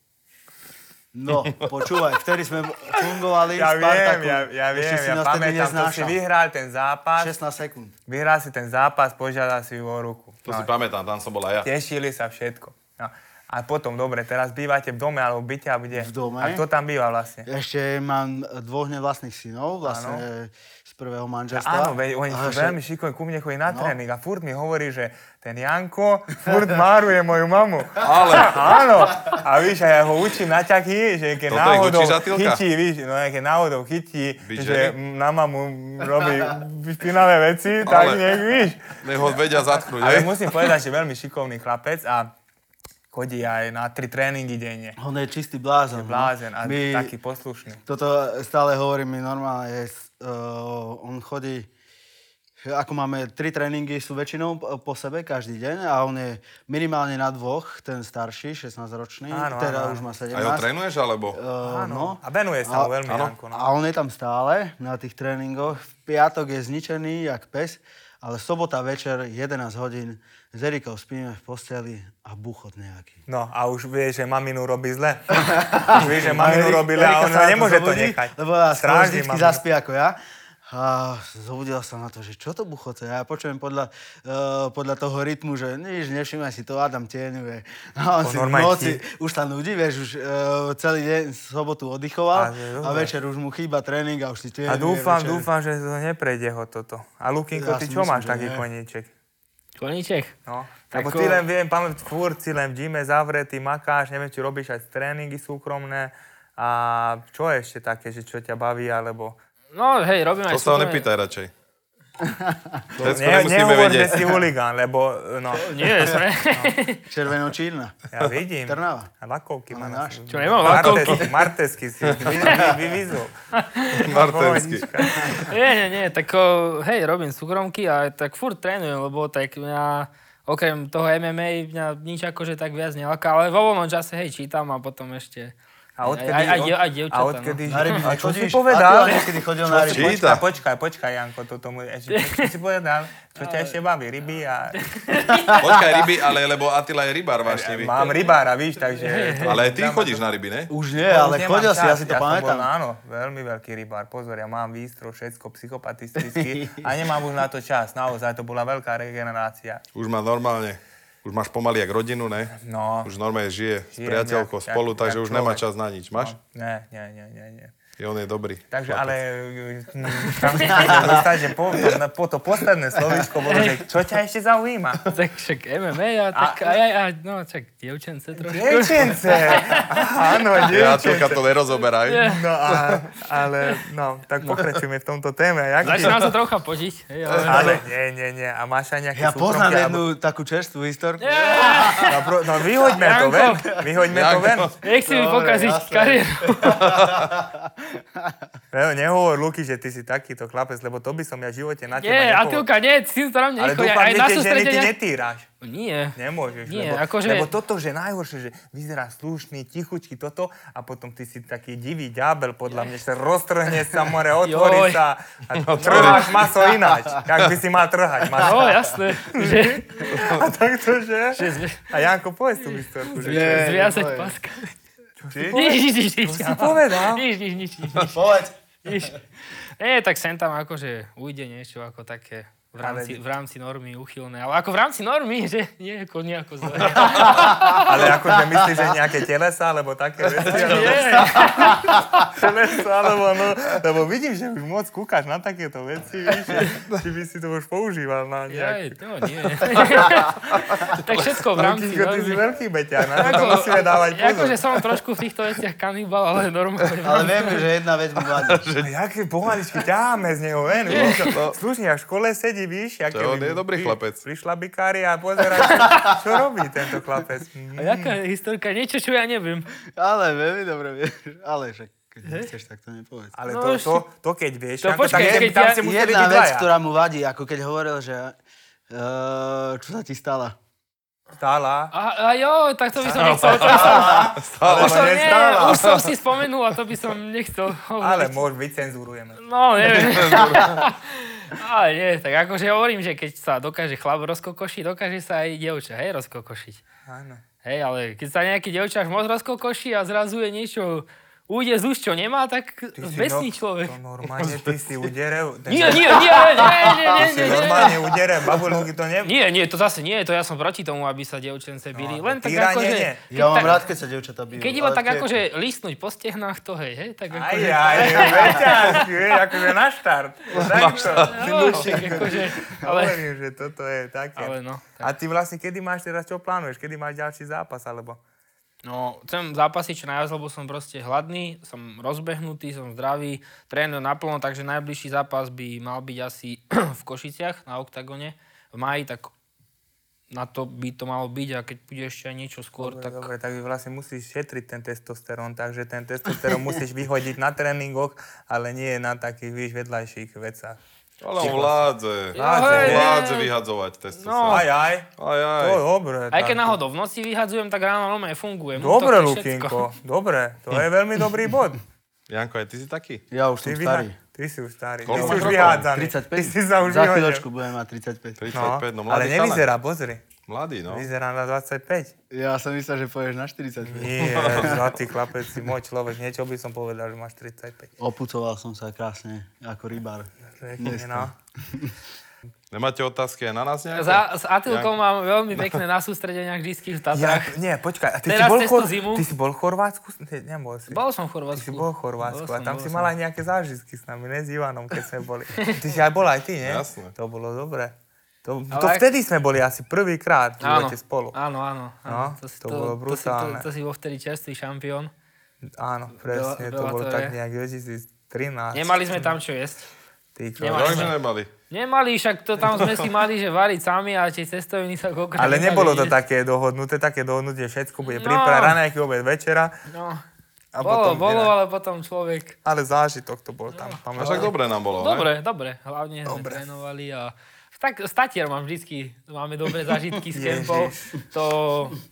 S4: No, počúvaj, vtedy sme fungovali
S2: Ja
S4: v Spartaku.
S2: viem, ja, ja
S4: Ešte
S2: viem,
S4: si
S2: ja
S4: nás vtedy
S2: pamätám, to si
S4: neznášal.
S2: vyhral ten zápas,
S4: 16 sekúnd.
S2: vyhral si ten zápas, požiadal si ju o ruku. No,
S1: To si pamätám, tam som bol aj ja.
S2: Tešili sa všetko. No. A potom, dobre, teraz bývate v dome alebo v byte, alebo kde?
S4: V dome.
S2: A kto tam býva vlastne?
S4: Ešte mám dvoch nevlastných synov, vlastne z prvého manželstva.
S2: Áno, veď oni sú
S4: A ešte-
S2: veľmi šikovní, ku mne chodí na tréning a furt mi hovorí, že ten Janko furt máruje moju mamu. Ale. Áno. A víš, a ja ho učím na ťaky, že keď
S1: Toto ich
S2: náhodou
S1: učíš, Atilka?
S2: chytí, víš, no keď náhodou chytí,
S1: Byť
S2: že
S1: ženy?
S2: m- na mamu robí špinavé veci,
S1: Ale.
S2: tak nech víš.
S1: Nech ho vedia zatknúť, hej?
S2: Ale musím povedať, že veľmi šikovný chlapec a chodí aj na tri tréningy denne.
S4: On je čistý blázon. no.
S2: Blázen a
S4: My-
S2: taký poslušný.
S4: Toto stále hovorí mi normálne. Je, s- eh, on chodí, ako máme tri tréningy, sú väčšinou p- po sebe každý deň a on je minimálne na dvoch, ten starší, 16-ročný,
S2: Áno,
S4: teda
S2: áno,
S4: už má 17.
S1: Aj ho trénuješ, alebo?
S4: Eh,
S2: Áno.
S4: no.
S2: A venuje sa mu veľmi, Janko. no.
S4: A on je tam stále na tých tréningoch. V piatok je zničený, jak pes, ale sobota večer, 11 hodín, s Erikou spíme v posteli a buchot nejaký.
S2: No a už vie, že maminu robí zle. Už vie, že maminu
S4: Erik-
S2: robí zle a
S4: Erika
S2: ona
S4: sa na
S2: nemôže to
S4: zobudí,
S2: nechať.
S4: Lebo ja skoro
S2: Stráži
S4: vždycky
S2: maminu.
S4: zaspí ako ja. A zobudila sa na to, že čo to buchoce. Ja počujem podľa, uh, podľa toho rytmu, že nič, nevšimaj si to, Adam tieňuje. A on
S2: To
S4: si v
S2: normálne
S4: noci,
S2: ti-
S4: už sa nudí, vieš, už uh, celý deň sobotu
S2: A
S4: oddychoval
S2: že
S4: a,
S2: dobre.
S4: večer už mu chýba tréning a už si tieňuje.
S2: A dúfam,
S4: večer.
S2: dúfam, že to neprejde ho toto. A Lukinko,
S4: Ja
S2: ty
S4: si
S2: čo
S4: myslím,
S2: máš
S4: že
S2: taký
S4: nie.
S2: koníček?
S3: Koníček?
S2: No.
S3: Tak
S2: Lebo
S3: ko-
S2: ty len viem, pamät, furt si len v gyme zavretý, makáš, neviem, či robíš aj tréningy súkromné. A čo ešte také, že čo ťa baví, alebo...
S3: No hej,
S1: To
S3: robím aj
S1: sa ho
S3: súkromné-
S1: nepýtaj radšej. Všetko
S2: Ne,
S1: nemusíme
S2: nehovor,
S1: vedieť.
S2: že si huligán, lebo... No,
S3: Nie, sme.
S4: Červenočírna.
S2: ja vidím.
S4: Trnava.
S2: A lakovky má na
S4: náš.
S2: sebe.
S3: Čo, nemám
S2: Martesky, martesky si vyvizol.
S1: Martensky.
S3: nie, nie, nie, tak o, hej, robím súkromky a tak furt trénujem, lebo tak mňa, okrem toho MMA, mňa nič akože tak viac nelaká, ale vo voľnom čase, hej, čítam a potom ešte
S2: A odkedy,
S3: aj, aj,
S2: od-
S3: die- aj
S2: a
S3: dievčatá, no.
S2: odkedy,
S4: Na ryby
S2: a čo si
S4: nechodíš?
S2: povedal?
S4: Atila niekedy chodil
S2: Čo
S4: na
S2: si-
S1: ryby.
S2: Počkaj,
S1: Číta.
S2: počkaj, počkaj, Janko, toto mu, ešte, čo si povedal, čo ťa ešte baví, ryby a...
S1: Počkaj, ryby, ale lebo Atila je rybár vášnivý.
S2: Mám rybára, víš, takže...
S1: Ale aj ty chodíš na ryby, ne?
S4: Už nie,
S2: Ja už
S4: ale
S2: nemám
S4: chodil si,
S2: čas,
S4: ja si to
S2: som
S4: pamätám.
S2: Bol, áno, veľmi veľký rybár. Pozor, ja mám výstroj, všetko psychopatisticky a nemám už na to čas. Naozaj, to bola veľká regenerácia.
S1: Už má normálne, už máš pomaly jak rodinu, ne?
S2: No,
S1: Už normálne žije s
S2: Žijem
S1: priateľkou
S2: jak-
S1: spolu,
S2: jak-
S1: takže
S2: jak
S1: už nemá
S2: človek.
S1: čas na nič. Máš?
S2: No, ne, nie, nie, nie, nie.
S1: I on je dobrý.
S2: Takže
S1: chlapec.
S2: ale mm, tam si chcem dostať, že po, to, na- po to posledné slovíčko bolo, že čo ťa ešte zaujíma?
S3: tak však MMA a tak aj, aj, aj, no, čak dievčence trošku.
S2: Dievčence! Áno,
S1: Ja, Atilka
S2: dievčence.
S1: to nerozoberaj.
S2: No a, ale, no, tak pokračujeme v tomto téme. Jak ty?
S3: Začínam sa trocha požiť, hej, ale...
S2: Ale nie, nie, nie. A máš aj nejaké
S4: Ja poznám
S2: súkromky,
S4: jednu takú čerstvú historku.
S2: alebo- No, pro, no vyhoďme to
S3: Janko.
S2: ven. Vyhoďme to
S1: Janko.
S2: ven.
S3: Nech si mi
S4: Dobre,
S3: pokaziť
S4: jasné.
S3: kariéru.
S2: Ne- No, Nehovor, Luky, že ty si takýto chlapec, lebo to by som ja v živote na teba
S3: Nie,
S2: nepovedal.
S3: Atilka, nie, si to na mňa
S2: Ale
S3: nechoď,
S2: dúfam, že
S3: aj na
S2: tie ženy ty
S3: sústredenia.
S2: netýraš.
S3: Nie.
S2: Nemôžeš,
S3: Nie,
S2: lebo,
S3: akože-
S2: lebo toto, že najhoršie, že vyzerá slušný, tichučky toto a potom ty si taký divý ďábel, podľa mňa, že sa roztrhne sa more, otvorí
S3: Joj.
S2: sa a trháš maso ináč, ak by si mal trhať maso.
S3: No, jasné. Že,
S2: A takto, že?
S3: že zvi-
S2: A Janko, povedz tú historku, že
S4: Nie,
S3: zviazať
S4: nepoviem.
S3: paska. Nič, nič, nič, nič.
S2: si povedal?
S3: Nič, nič, nič, nič,
S4: Povedz.
S3: nič. Nie, tak sem tam akože ujde niečo ako také V rámci, v rámci normy uchylné. Ale ako v rámci normy, že nie ako nejako zle.
S2: Ale akože myslíš, že nejaké telesa, alebo také veci? Alebo
S3: Nie.
S2: telesa, alebo no, lebo vidím, že už moc kúkaš na takéto veci, víš, že- či by si to už používal na
S3: Jaj,
S2: nejaké...
S3: to nie. tak všetko v rámci
S2: Lukinko, ty si
S3: normy.
S2: veľký beťan, na to musíme dávať pozor.
S3: akože som trošku v týchto veciach kanibal, ale normálne.
S4: Ale vieme, že jedna vec mi vadí.
S2: A jaké pomaličky ťaháme z neho ven, vieš? Slušne, a v škole sedí, víš? Jaké
S1: on je dobrý
S2: pri-
S1: chlapec.
S2: Prišla bikári a pozerá, čo, čo robí tento chlapec. Mhm.
S3: A jaká je historka? Niečo, čo ja neviem.
S4: Ale veľmi dobre vieš. Ale však keď nechceš, tak to nepovedz.
S2: Ale
S3: No
S2: to,
S3: ešte-
S2: to, to keď vieš,
S3: To
S2: Janko,
S3: počkaj,
S2: tak
S3: keď
S2: tam
S3: ja-
S2: si museli byť
S4: Jedna vec,
S2: dvaja.
S4: ktorá mu vadí, ako keď hovoril, že eh, čo sa ti stala?
S2: Stála.
S3: A, a jo, tak to by som nechcel. To by som,
S2: Stála,
S3: už, som, nie,
S2: nestála.
S3: už som si spomenul a to by som nechcel
S2: Ale
S3: hovoriť.
S2: môž, vycenzurujeme.
S3: No, neviem. Ale nie, tak akože hovorím, že keď sa dokáže chlap rozkokošiť, dokáže sa aj dievča, hej, rozkokošiť.
S2: Áno.
S3: Hej, ale keď sa nejaký dievča moc rozkokoší a zrazu je niečo, ujde z úst, čo nemá, tak zbesný
S2: no-
S3: človek.
S2: To normálne, ty si uderel. ten-
S3: Nie, nie, nie, nie, nie,
S2: Ty
S3: nie,
S2: si
S3: nie, nie.
S2: normálne uderel, babulky to ne...
S3: Nie, nie, to zase nie, to ja som proti tomu, aby sa dievčence bili.
S2: No,
S3: Len tak
S2: tyranie
S3: akože...
S2: nie.
S3: keď
S4: Ja mám
S3: tak-
S4: rád, keď sa dievčatá bijú.
S3: Keď iba
S4: ale
S3: tak
S4: tie-
S3: akože listnúť po stehnách, to hej, hej, tak
S2: Aj,
S3: akože...
S2: aj, veťansky, vieš, akože na štart. Takto.
S3: No, tak akože, ale,
S2: Hovorím, že toto je také.
S3: ale no.
S2: A ty vlastne, kedy máš teraz, čo plánuješ? Kedy máš ďalší zápas, alebo?
S3: No, chcem zápasiť čo najviac, lebo som proste hladný, som rozbehnutý, som zdravý, trénujem naplno, takže najbližší zápas by mal byť asi v Košiciach na Oktagone v maji, tak na to by to malo byť a keď bude ešte aj niečo skôr,
S2: Dobre,
S3: tak...
S2: Dobre, tak vlastne musíš šetriť ten testosterón, takže ten testosterón musíš vyhodiť na tréningoch, ale nie na takých, víš, vedľajších vecách.
S1: Ale on vládze.
S2: Vládze,
S1: On
S2: nie?
S1: Vládze vyhadzovať testosterón.
S2: Aj, aj.
S1: No. Aj, aj.
S2: To je dobre.
S3: No. Aj keď
S2: tak.
S3: náhodou v noci vyhadzujem, tak ráno normálne funguje.
S2: Dobre,
S3: to chce všetko.
S2: Lukinko, dobre. To je veľmi dobrý bod.
S1: Janko, aj ty si taký?
S4: Ja už som
S2: Ty,
S4: starý.
S2: vyha- ty si už starý. Ty
S1: Koľko
S2: si
S1: máš
S2: už
S1: rokov?
S2: vyhádzaný. Ty
S4: 35.
S2: si sa už
S4: Za
S2: vyhodil. No.
S4: chvíľočku budem mať 35.
S1: 35, no,
S2: ale
S1: mladý chalan.
S2: nevyzerá, pozri.
S1: Mladý, no.
S2: Vyzerá na 25.
S4: Ja som myslel, že poješ na 45.
S2: Nie, zlatý chlapec, si môj človek. Niečo by som povedal, že máš 35.
S4: Opucoval som sa krásne, ako rybár.
S2: Pekne,
S4: Dneska.
S2: no.
S1: Nemáte otázky aj na nás nejaké?
S3: Za, s Atilkou mám veľmi pekné na sústredeniach vždycky
S2: Ja,
S3: v Tatrách.
S2: nie, počkaj, a ty, si
S3: Teraz
S2: bol
S3: cez tú
S2: Chor-
S3: zimu.
S2: ty si bol v Chorvátsku? Ne, nebol si.
S3: Bol som v
S2: Ty
S3: Chorvátsku.
S2: si bol v Chorvátsku
S3: Bol
S2: a
S3: som,
S2: tam
S3: bol
S2: si
S3: som.
S2: mal aj nejaké zážitky s nami, ne s Ivanom, keď sme boli. Ty si aj bol aj ty, nie?
S1: Jasné.
S2: To bolo dobré. To,
S3: Ale
S2: to
S3: ak-
S2: vtedy sme boli asi prvýkrát v
S3: Áno,
S2: živote spolu.
S3: Áno, áno. áno.
S2: No, to bolo
S3: to, si, to,
S2: brutálne.
S3: to si bol vtedy čerstvý šampión.
S2: Áno, presne,
S3: Veľa-
S2: to
S3: veľa
S2: bolo
S3: to
S2: tak
S3: je.
S2: nejak 2013.
S3: Nemali sme tam čo jesť.
S2: Ty
S3: nemali
S1: Veľmi
S2: kokos.
S3: sme.
S1: nemali.
S3: Nemali, však to tam sme si mali, že variť sami a tie cestoviny sa koľko
S2: Ale
S3: nemali
S2: nebolo to
S3: jesť.
S2: také dohodnuté, také dohodnutie, všetko bude
S3: No.
S2: príprava, raňajky, obed, večera.
S3: No,
S2: A
S3: bolo,
S2: potom teda-
S3: bolo,
S2: inak.
S3: ale potom človek...
S2: Ale zážitok to bol tam,
S1: A No však
S2: pamätáš?
S1: dobre nám bolo, ne?
S3: Dobre, dobre, hlavne sme trénovali a... Tak, z Tatier mám vždycky, máme dobré zážitky s kempou. To,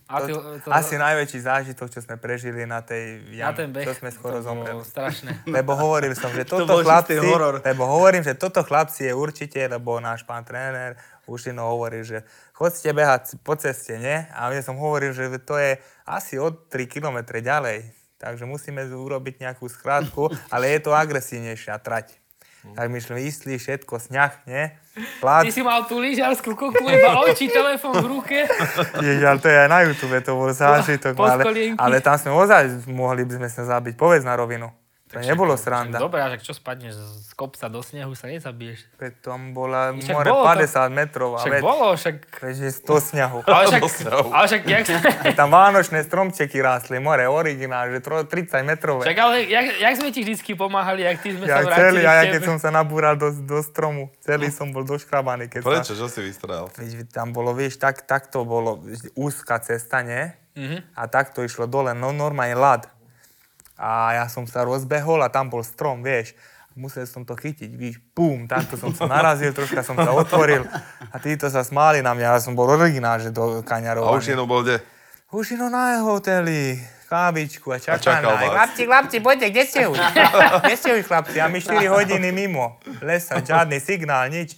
S3: Atil, to,
S2: Asi najväčší zážitok, čo sme prežili na tej jame,
S3: na ten beh.
S2: čo sme skoro
S3: to bolo
S2: zomreli.
S3: strašné.
S2: Lebo hovoril som, že toto
S4: bol
S2: chlapci,
S4: čistý horor.
S2: lebo hovorím, že toto chlapci je určite, lebo náš pán tréner Ušino hovorí, že chodte behať po ceste, nie? A ja som hovoril, že to je asi od 3 km ďalej. Takže musíme urobiť nejakú skrátku, ale je to agresívnejšia trať. Tak my šli istli, všetko, sňah, nie? Plát,
S3: Ty si mal tú lyžiarsku koku, iba oči, telefón v ruke.
S2: Ježi, ale to je aj na YouTube, to bol zážitok.
S3: po
S2: Ale,
S3: skolienky.
S2: ale tam sme ozaj, mohli by sme sa zabiť, povedz na rovinu. To nebolo sranda.
S3: Dobre, a čo spadneš z kopca do snehu, sa nezabiješ.
S2: Veď Tam bola
S3: Však
S2: more
S3: bolo
S2: 50
S3: to-
S2: metrov a
S3: Však
S2: veď,
S3: bolo, však...
S2: veď je 100 sňahu.
S3: Ale však,
S1: Do snehu.
S3: ale však, jak,
S2: Tam vánočné stromčeky rástli, more originál, že tro- 30 metrové.
S3: však ale jak, jak sme ti vždycky pomáhali, jak ty sme
S2: Ja,
S3: sa vrátili
S2: celý,
S3: k
S2: a ja
S3: tebe.
S2: keď som sa nabúral do, do stromu, celý som bol doškrabaný. Keď
S1: Prečo?
S2: Sa,
S1: Čo si vystrel?
S2: veď tam bolo, vieš, tak, takto bolo úzka cesta, nie? A takto išlo dole, no normálne lad. A ja som sa rozbehol a tam bol strom, vieš. Musel som to chytiť, víš, bum, takto som sa narazil, troška som sa otvoril a títo sa smáli na mňa, ale som bol originál, že do
S1: A
S2: kaňarov.
S1: už jenom bol kde?
S2: Už ino na hoteli, kávičku a čaká
S1: čakal
S2: na
S1: vás.
S2: Chlapci, chlapci, poďte, kde ste už? Kde ste už, chlapci? A my 4 hodiny mimo. Lesa, žiadny signál, nič.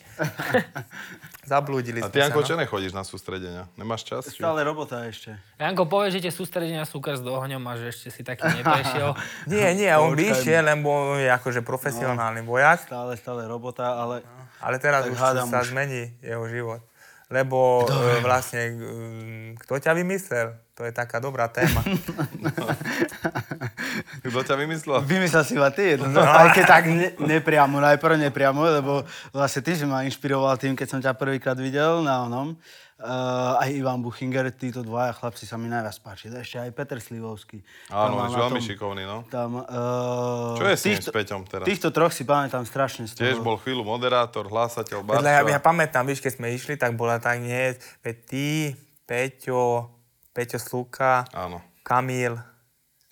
S2: Zablúdili
S1: A
S2: sme
S1: ty, Janko,
S2: sa. no.
S1: čo nechodíš na sústredenia? Nemáš čas? Či...
S4: Stále robota ešte.
S3: Janko povie, že tie sústredenia sú krst do ohňom a že ešte si taký neprešiel.
S2: no. Nie, nie, on
S4: Počkaj.
S2: vyšiel, lebo on je akože profesionálny vojak.
S4: Stále, stále robota, ale
S2: Ale teraz
S4: Tak
S2: už
S4: hádam
S2: sa
S4: už.
S2: zmení jeho život. Lebo e, vlastne, mm, kto ťa vymyslel? To je taká dobrá téma. No.
S1: Kto ťa vymyslel?
S4: Vymyslel si ma ty, no, aj keď tak ne, nepriamo, najprv nepriamo, lebo vlastne ty si ma inšpiroval tým, keď som ťa prvýkrát videl na onom. Uh, aj Ivan Buchinger, títo dvaja chlapci sa mi najviac páčili. Ešte aj Peter Slivovský.
S1: Áno, on je
S4: Tam mal na
S1: veľmi
S4: tom-
S1: šikovný, no.
S4: Tam, uh,
S1: Čo je s ním, s Peťom teraz?
S4: Týchto troch si pamätám strašne z toho.
S1: Tiež bol chvíľu moderátor, hlásateľ, barča.
S2: Vedľa, ja, ja pamätám, víš, keď sme išli, tak bola tak nie, pe, ty, Peťo, Peťo Sluka,
S1: Áno.
S2: Kamil.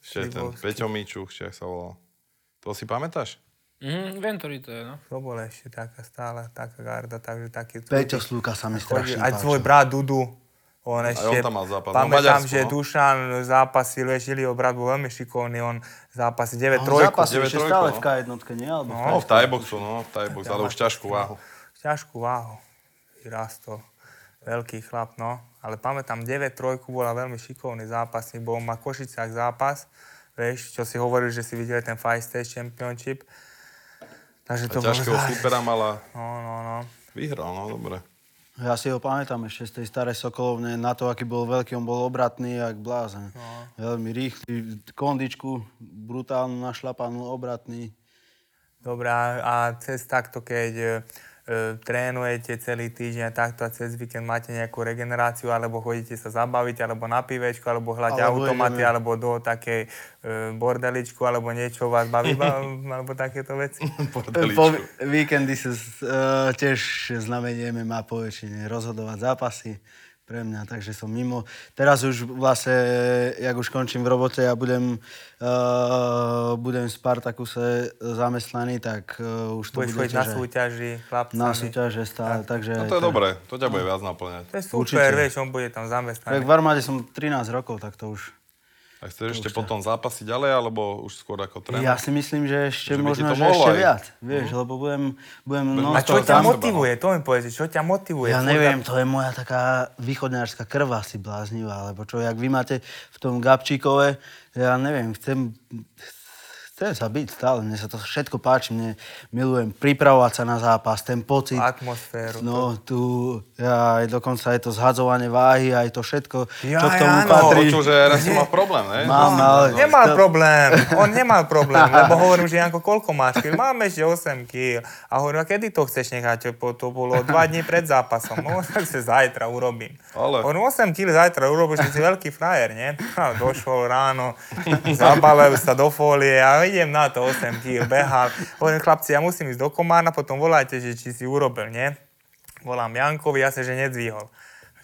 S1: Ešte ten
S2: Slivovský.
S1: Peťo Mičuch, či jak sa volal. To si pamätáš?
S3: Mhm, viem, ktorý to je, no.
S2: To bola ešte taká stále, taká garda, takže taký...
S4: Peťo Slúka sa mi
S2: chodí,
S4: strašne
S2: aj
S4: páčil.
S2: tvoj brat Dudu. On
S1: on
S2: ešte,
S1: tam mal zápas, no,
S2: pamätám,
S1: Maďarsko,
S2: že
S1: no.
S2: Dušan zápasil, vieš, Iliov brat bol veľmi šikovný, on zápasí
S1: No,
S2: 9
S4: On
S2: trojku.
S4: zápasil ešte
S1: 9-3,
S4: stále
S1: no.
S4: v K1, nie? Alebo v
S1: No, v tajboxu, no, v tajboxu, ale už ťažkú váhu.
S2: Ťažkú váhu. Vyrastol. Veľký chlap, no. Ale pamätám, 9-3 bola veľmi šikovný zápasník, bol ma Košicák zápas, vieš, čo si hovoril, že si videl ten Five State Championship. Takže
S1: A
S2: to bolo
S1: ťažkého
S2: zápas.
S1: supera mala.
S2: No, no, no.
S1: Vyhral, no, dobre.
S4: Ja si ho pamätám ešte z tej starej Sokolovne, na to, aký bol veľký, on bol obratný, jak blázen.
S2: No.
S4: Veľmi rýchly, kondičku, brutálnu, našlapanú, obratný.
S2: Dobre, a a cez takto, keď e, e, trénujete celý týždeň a takto a cez víkend máte nejakú regeneráciu, alebo chodíte sa zabaviť, alebo na pivečku, alebo hľadať
S4: Alebo
S2: automaty,
S4: ideme-
S2: alebo do takej e, bordeličku, alebo niečo vás baví, ba- alebo takéto veci.
S1: Bordeličku.
S4: Po vi- víkendy sa s- e, tiež znamenieme má po väčšine rozhodovať zápasy pre mňa, takže som mimo. Teraz už vlastne, jak už končím v robote a budem, uh, budem v Spartakuse zamestnaný, tak uh, už to
S2: Budeš
S4: bude
S2: chodiť na
S4: tiež aj
S2: súťaži, chlapcami.
S4: na súťaže stále, takže...
S1: No
S4: aj
S1: to je
S4: tak.
S1: dobré, to ťa bude viac naplňať.
S2: To je super,
S4: Určite.
S2: vieš, on bude tam
S4: Tak
S2: zamestnaný.
S4: v armáde som 13 rokov, tak to už...
S1: A chceš ešte potom zápasiť ďalej, alebo už skôr ako tréner?
S4: Ja si myslím, že
S1: Že by
S4: ešte
S1: ti
S4: možno,
S1: to
S4: že
S1: mohlo
S4: ešte
S1: aj.
S4: viac, vieš, lebo budem, budem non
S2: A čo
S1: to
S2: ťa
S1: tam-
S2: motivuje? To mi povedz, čo ťa motivuje?
S4: Ja
S2: Furt
S4: neviem, to je moja taká východňárska krv asi bláznivá, lebo čo, jak vy máte v tom Gabčíkove, ja neviem, chcem, chcem sa byť stále, mne sa to všetko páči, mne milujem pripravovať sa na zápas, ten pocit.
S2: Atmosféru.
S4: No, tu, ja, aj dokonca aj to zhadzovanie váhy, aj to všetko, čo
S2: Jaj,
S4: k tomu
S2: áno.
S1: No,
S4: patrí.
S1: Počul, že raz som mal problém, ne?
S4: Mám, ale...
S2: Nemal
S4: to-
S2: problém, on nemal problém, lebo hovorím, že Janko, koľko máš kil? Mám ešte 8 kil. A hovorím, a kedy to chceš nechať? Po- To bolo 2 dní pred zápasom. No, tak sa zajtra urobím.
S1: Ale-
S2: Hovorím, 8 kil No zajtra urobíš, ty si veľký frajer, nie? A došol ráno, zabalajú sa do fólie a idem na to 8 kil, behám. Hovorím, chlapci, ja musím ísť do Komárna, potom volajte, že či si urobil, nie? Volám Jankovi, jasne, že nedvíhol.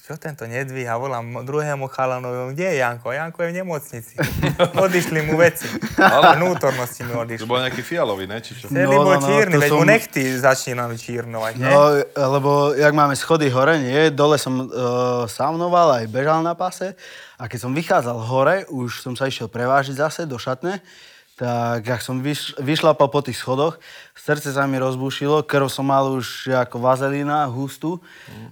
S2: Čo tento nedvíha? Volám druhému chalanovi, kde je Janko? Janko je v nemocnici. Odišli mu veci. Ale vnútornosti mi
S1: To
S2: odišli.
S1: bol nejaký fialový, ne? Či čo?
S2: Celý
S4: No, no,
S2: bol
S4: no,
S2: čírny,
S4: to
S2: veď mu
S4: som-
S2: nechty začínali čírnovať, nie?
S4: No, lebo jak máme schody hore, nie, dole som e, saunoval, aj bežal na pase a keď som vychádzal hore, už som sa išiel prevážiť zase do šatne, tak jak som vyš, vyšlapal po tých schodoch, srdce sa mi rozbušilo, krv som mal už ako vazelína, hustú,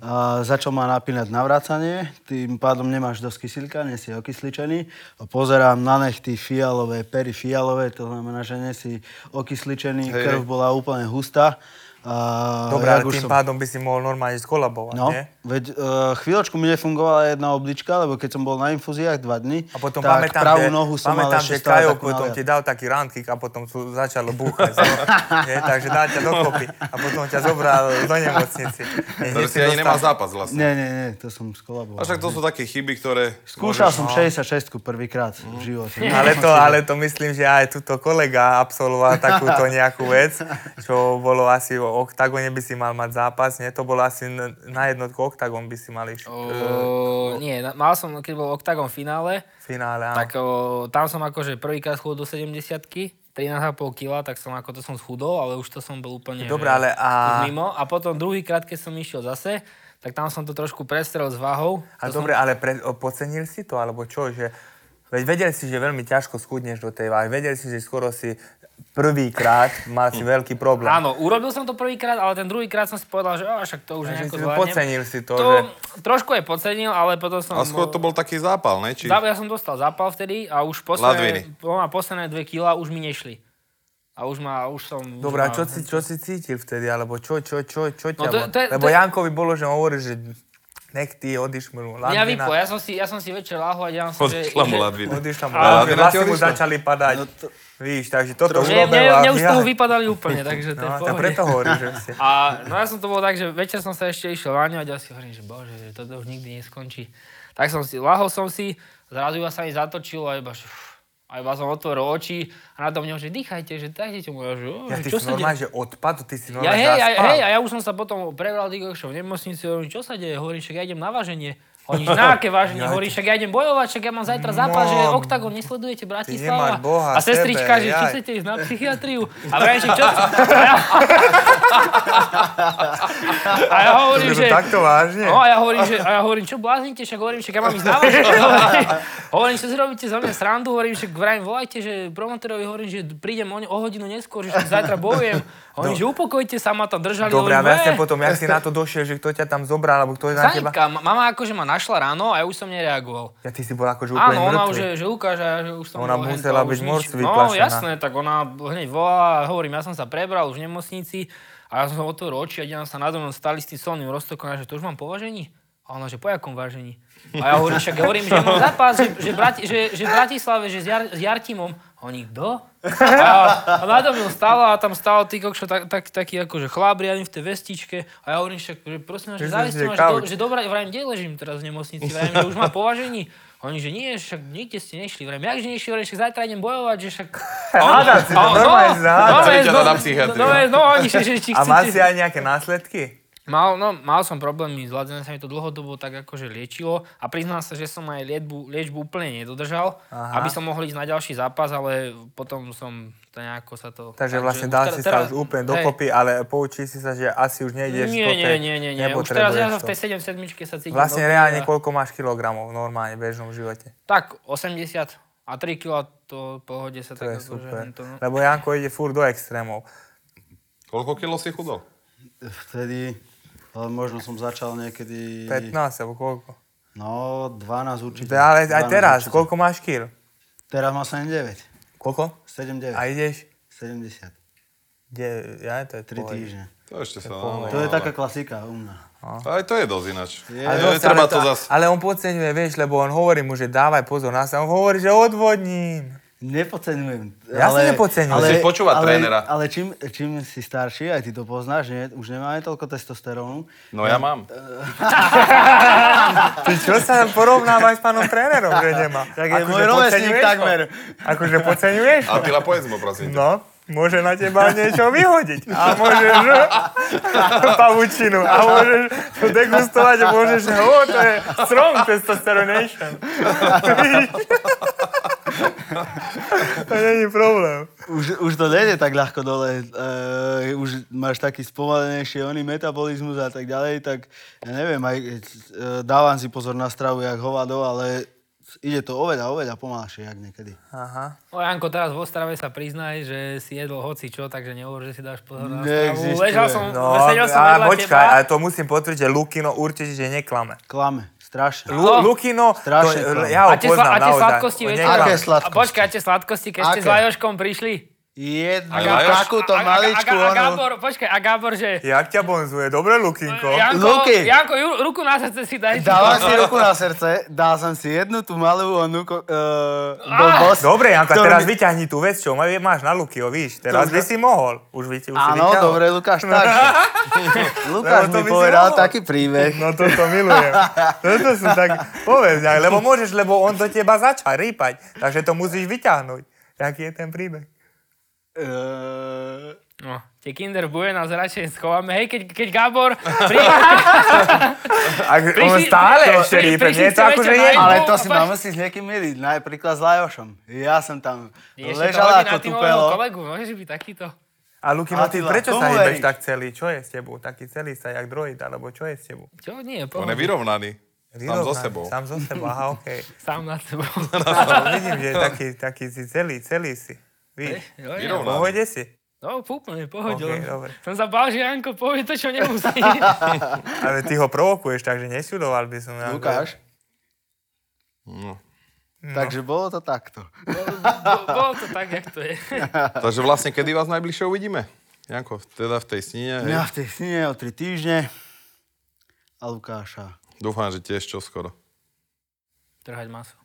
S4: a začal ma napínať navracanie, tým pádom nemáš dosť kysilka, nie si okysličený, a pozerám na nechty fialové, pery fialové, to znamená, že nie si okysličený,
S1: Hej,
S4: krv
S1: hej.
S4: bola úplne hustá. A
S2: Dobre,
S4: jak
S2: ale
S4: už
S2: tým
S4: som-
S2: pádom by si mohol normálne skolabovať,
S4: No,
S2: nie?
S4: veď uh, chvíľočku mi nefungovala jedna oblička, lebo keď som bol na infúziách dva dny,
S2: A potom
S4: tak
S2: pamätám,
S4: pravú
S2: že,
S4: nohu som mal
S2: pamätám, že
S4: ešte stále
S2: Kajo
S4: takú
S2: potom ti
S4: naliat.
S2: dal taký randkik a potom sú, začalo búchať. nie? Takže dal ťa dokopy a potom ťa zobral do nemocnici. Nie,
S1: Takže si
S2: hneď
S1: ani
S2: dostal-
S1: nemal zápas vlastne.
S4: Nie, nie, nie, to som No.
S1: A
S4: skolaboval.
S1: však to sú také chyby, ktoré...
S4: Skúšal som 66 prvýkrát v živote.
S2: no. Ale to, ale to myslím, že aj tuto kolega absolvoval takúto nejakú vec, čo bolo asi o oktagone by si mal mať zápas, nie? To bolo asi n- na jednotku oktagon by si mal ísť e, v
S3: O, nie, na- mal som, keď bol Octagon v finále,
S2: finále. áno.
S3: tak o, tam som akože prvýkrát schudol do 70 13,5 kg, tak som ako to som schudol, ale už to som bol úplne
S2: Dobre, ale a-
S3: už mimo. A potom druhýkrát, keď som išiel zase, tak tam som to trošku prestrel s váhou.
S2: A dobre, ale pre, o, podcenil si to, alebo čo? Že, veď vedel si, že veľmi ťažko schudneš do tej váhy. Vedel si, že skoro si prvýkrát mal si veľký problém.
S3: Áno, urobil som to prvýkrát, ale ten druhýkrát som si povedal, že á, však to už
S2: Takže
S3: nejako
S2: si
S3: zvládnem.
S2: podcenil si to,
S3: to
S2: že...
S3: trošku je podcenil, ale potom som...
S1: A
S4: no.
S1: skôr to bol taký zápal, ne? Či...
S3: Zá- Ja som dostal zápal vtedy a už posledné,
S1: Ladviny.
S3: no, a posledné dve kila už mi nešli. A už ma, už som... už
S2: Dobre, a
S3: ma-
S2: čo si, čo si cítil vtedy, alebo čo, čo, čo, čo ťa...
S3: No to-
S2: bolo?
S3: to je-
S2: Lebo
S3: to je-
S2: Jankovi bolo, že hovorí, že nech ty odiš mu
S3: Mňa vypo, ja som si, ja som si večer lahol a ja som si, že...
S1: Odišla mu
S3: že-
S1: labina.
S2: Odišla mu,
S1: A
S2: ale
S1: Lavina
S2: vlasy
S1: ti
S2: mu
S1: odišla?
S2: začali padať.
S4: No to-
S2: Víš, takže toto už
S3: Mne, mne,
S2: robila.
S3: mne už z toho
S2: ja.
S3: vypadali úplne, takže to je
S2: No,
S3: v
S2: to
S3: pohode.
S2: preto hovorím, že si...
S3: A no ja som to bol tak, že večer som sa ešte išiel láňovať a si hovorím, že bože, že toto už nikdy neskončí. Tak som si, lahol som si, zrazu iba sa mi zatočilo a iba, že, uf, a iba som otvoril oči a na to mňa, že dýchajte, že dajte tomu. Ja, že, o,
S2: Ja
S3: že
S2: ty
S3: čo
S2: si
S3: sa deje?
S2: normálne, že odpad, ty si
S3: Ja,
S2: normálne
S3: hej, ja,
S2: zaspal.
S3: hej, a ja už som sa potom prebral, digo, išiel v nemocnici, hovorím, čo sa deje, hovorím, však ja idem na váženie. Oni, že na aké váženie, hovorím, však ja idem bojovať, však ja mám zajtra zápas, že
S2: No.
S3: Octagon, nesledujete
S2: nemáš
S3: Bratislava.
S2: Boha,
S3: a sestrička,
S2: tebe,
S3: že či
S2: jaj.
S3: chcete ísť na psychiatriu. A vrajím, že čo... A ja hovorím,
S2: Že to
S3: že...
S2: Takto vážne?
S3: No a ja hovorím, že, a ja hovorím, čo bláznite, však hovorím, však ja mám ísť na vaše. Hovorím- hovorím, čo si robíte za mňa srandu, hovorím, však vrajím, volajte, že promotorovi hovorím, že prídem o, ne- o hodinu neskôr, že však zajtra bojujem. Hovorím, že upokojte sa, ma tam držali.
S2: Dobre, a
S3: hovorím,
S2: vlastne
S3: "Ne."
S2: potom, jak si na to došiel, že kto ťa tam zobral, alebo kto je na teba...
S3: Zanika, ma- mama akože ma našla ráno a ja už som nereagoval.
S2: Ja ty si bol akože úplne
S3: Áno, ona už,
S2: mŕtvy.
S3: že, že ukáže, a ja, že už som
S2: Ona
S3: bol
S2: musela
S3: hento,
S2: byť
S3: už nič.
S2: morcvy
S3: No
S2: plašená.
S3: jasné, tak ona hneď volá, hovorím, ja som sa prebral už v nemocnici a ja som sa otvoril oči a deň sa nado mnou stali s tým solným roztokom a ja, že to už mám považení? A ona, že po jakom vážení? A ja hovorím, však ja hovorím, že mám zápas, že, že, Brati, že, že v Bratislave, že s, Jar, s Jartimom. A Oni, kto? A, a nado mnou stála a tam stál ty kokšo, tak, tak, taký akože chlap, riadny v tej vestičke. A ja hovorím, však, že prosím vás, že
S2: Že
S3: zaveste
S2: je
S3: ma, že, do,
S2: kauč.
S3: že dobre, vrajím, kde ležím teraz v nemocnici, vrajím, že už má považení. A Oni, že nie, však nikde ste nešli, vrajím, jakže nešli, vrajím, však zajtra idem bojovať, že však...
S2: Hádať si to,
S3: A on-
S2: normálne si hádať.
S3: no,
S1: Chceli ťa
S3: no,
S1: dať na psychiatriu.
S3: no, no, oni, že, že či
S2: A má si
S3: chcete...
S2: aj nejaké následky?
S3: Mal, no, mal som problémy, zvládzené sa mi to dlhodobo tak akože liečilo a priznám sa, že som aj liečbu, liečbu úplne nedodržal,
S2: Aha.
S3: aby som mohol ísť na ďalší zápas, ale potom som to nejako sa to...
S2: Takže vlastne
S3: už
S2: dal
S3: teraz-
S2: si sa
S3: teraz-
S2: už úplne
S3: hej.
S2: dokopy, ale poučil si sa, že asi už nejdeš do
S3: Nie,
S2: tej,
S3: nie, nie, nie, nie. Už teraz ja v tej 7 sa cítim.
S2: Vlastne
S3: dobre
S2: reálne
S3: a-
S2: koľko máš kilogramov normálne v bežnom živote.
S3: Tak, 80 a 3 kg to v pohode sa
S2: To je
S3: tak akože
S2: super.
S3: hento, no.
S2: Lebo Janko ide furt do extrémov.
S1: Koľko kilo si chudol?
S4: Vtedy, ale možno som začal niekedy...
S2: 15 alebo koľko.
S4: No, 12 určite.
S2: To je Ale aj
S4: 12
S2: teraz,
S4: určite.
S2: koľko máš kil?
S4: Teraz má 79.
S2: Koľko?
S4: 79.
S2: A ideš?
S4: 70.
S2: Kde, ja, to je
S4: 3 týždne.
S1: To ešte sa... No,
S4: To je taká klasika u mňa.
S1: Aj to je dosť ináč. Je,
S2: Ale,
S1: ale E,
S2: zase,
S1: treba
S2: ale,
S1: to
S2: to,
S1: zase...
S2: ale on podceňuje, vieš, lebo on hovorí mu, že dávaj pozor na sa. On hovorí, že odvodním.
S4: Nepodceňujem.
S2: Ja si nepodceňujem.
S1: Musíš počúvať
S4: ale,
S1: trénera.
S4: Ale čím, čím si starší, aj ty to poznáš, nie? už nemáme toľko testosterónu.
S1: No ja mám.
S2: Ty čo sa porovnávaš s pánom trénerom, že nemá? Akože
S4: Tak je môj rovesník
S2: podceňuješ ho?
S4: takmer.
S2: Akože podceňuješ ho?
S1: Atila, povedz mu, prosím. No.
S2: No, môže na teba niečo vyhodiť. A môžeš pavučinu. A môžeš to degustovať a môžeš, o, to je strong testosteronation. to není problém.
S4: Už, už to nejde tak ľahko dole. Uh, už máš taký spomalenejší oný metabolizmus a tak ďalej, tak ja neviem, aj, uh, dávam si pozor na stravu jak hovado, ale ide to oveľa, oveľa pomalšie, jak niekedy.
S2: Aha.
S3: O Janko, teraz v Ostrave sa priznaj, že si jedol hoci čo, takže nehovor, že si dáš pozor na stravu.
S4: Neexistuje.
S3: Ležal som,
S2: No,
S3: sedel som
S2: ale
S3: vedľa
S2: počkaj,
S3: teba.
S2: ale to musím potvrdiť, že Lukino určite, že neklame.
S4: Klame, strašne.
S2: Lu- Lukino, to,
S4: Strašne klame.
S2: ja ho
S3: Oh. A tie, sla- a
S2: poznám
S3: tie
S2: naozaj.
S3: sladkosti,
S2: On
S3: vieš,
S2: neklame.
S4: Aké sladkosti?
S3: A počkaj, a tie sladkosti, keď ste s
S4: Aké?
S3: Lajoškom prišli.
S4: Jednu
S1: Aj Lajoš?
S4: takúto
S3: A- a- a-
S4: maličku,
S3: a, a,
S4: ono.
S3: Gábor, počkaj, a Gábor, že...
S2: Jak ťa bonzuje? Dobre, Lukinko.
S3: Janko,
S4: Luky.
S3: Janko, ju- ruku na srdce si daj.
S4: Dávam si ruku na srdce, dal som si jednu tú malú onú ko- eh, do bos.
S2: Dobre, Janko,
S4: ktorú
S2: teraz
S4: mi-
S2: vyťahni tú vec, čo ma- máš na Lukio, víš. Teraz by si mohol. Už, vy, už si
S4: Áno,
S2: vyťahol.
S4: dobre, Lukáš, tak.
S2: Lebo
S4: Lukáš
S2: to
S4: mi
S2: by si
S4: povedal
S2: mohol.
S4: taký príbeh.
S2: No toto milujem. Toto sú tak, povedz nejak, lebo môžeš, lebo on do teba začal rýpať, takže to musíš vyťahnuť. Taký je ten príbeh.
S4: Eh,
S3: No, tie Kinder Buena radšej schováme. Hej, keď, keď Gábor príde,
S2: A on
S3: Prišli-
S2: stále
S3: to-
S2: ešte
S3: pri-
S2: rýpe,
S3: prišli
S2: nie je to
S3: ste
S2: akože
S3: večer na
S2: nie.
S3: jednu-
S4: Ale to
S3: a
S4: si
S3: pa-
S4: ma musí s niekým miliť, napríklad s Lajošom. Ja som tam
S3: Ešte to
S4: ležal
S3: hodí na
S4: ako
S3: týmového
S4: tupelo.
S3: kolegu, môžeš byť takýto.
S2: A Luky, no ty
S4: Atila,
S2: prečo
S4: tomu
S2: sa hýbeš
S4: veríš?
S2: tak celý? Čo je s tebou? Taký celý sa, jak droid, alebo čo je s tebou?
S3: Čo? Nie,
S1: On je
S3: pohľad.
S1: vyrovnaný. Sám so
S2: Vyrovnaný,
S1: sebou.
S2: Sám so sebou, aha, okej.
S3: Sám nad sebou.
S2: No, vidím, že taký, taký si celý, celý si. Víš,
S3: Jo, ja.
S1: Vyrovnaný.
S2: pohode si.
S3: No, úplne, pohodil.
S2: Okej, dobre.
S3: Som sa bál, že Janko povie to, čo nemusí.
S2: Ale ty ho provokuješ, takže nesľudoval by som. ja.
S4: Lukáš,
S2: No.
S4: Takže bolo to takto.
S3: Bolo- bo- Bolo to tak, jak to je.
S1: Takže vlastne, kedy vás najbližšie uvidíme? Janko, teda v tej snine. Hej.
S4: Ja v tej snine o 3 týždne a Lukáša.
S1: Dúfam, že tiež čoskoro.
S3: Trhať maso.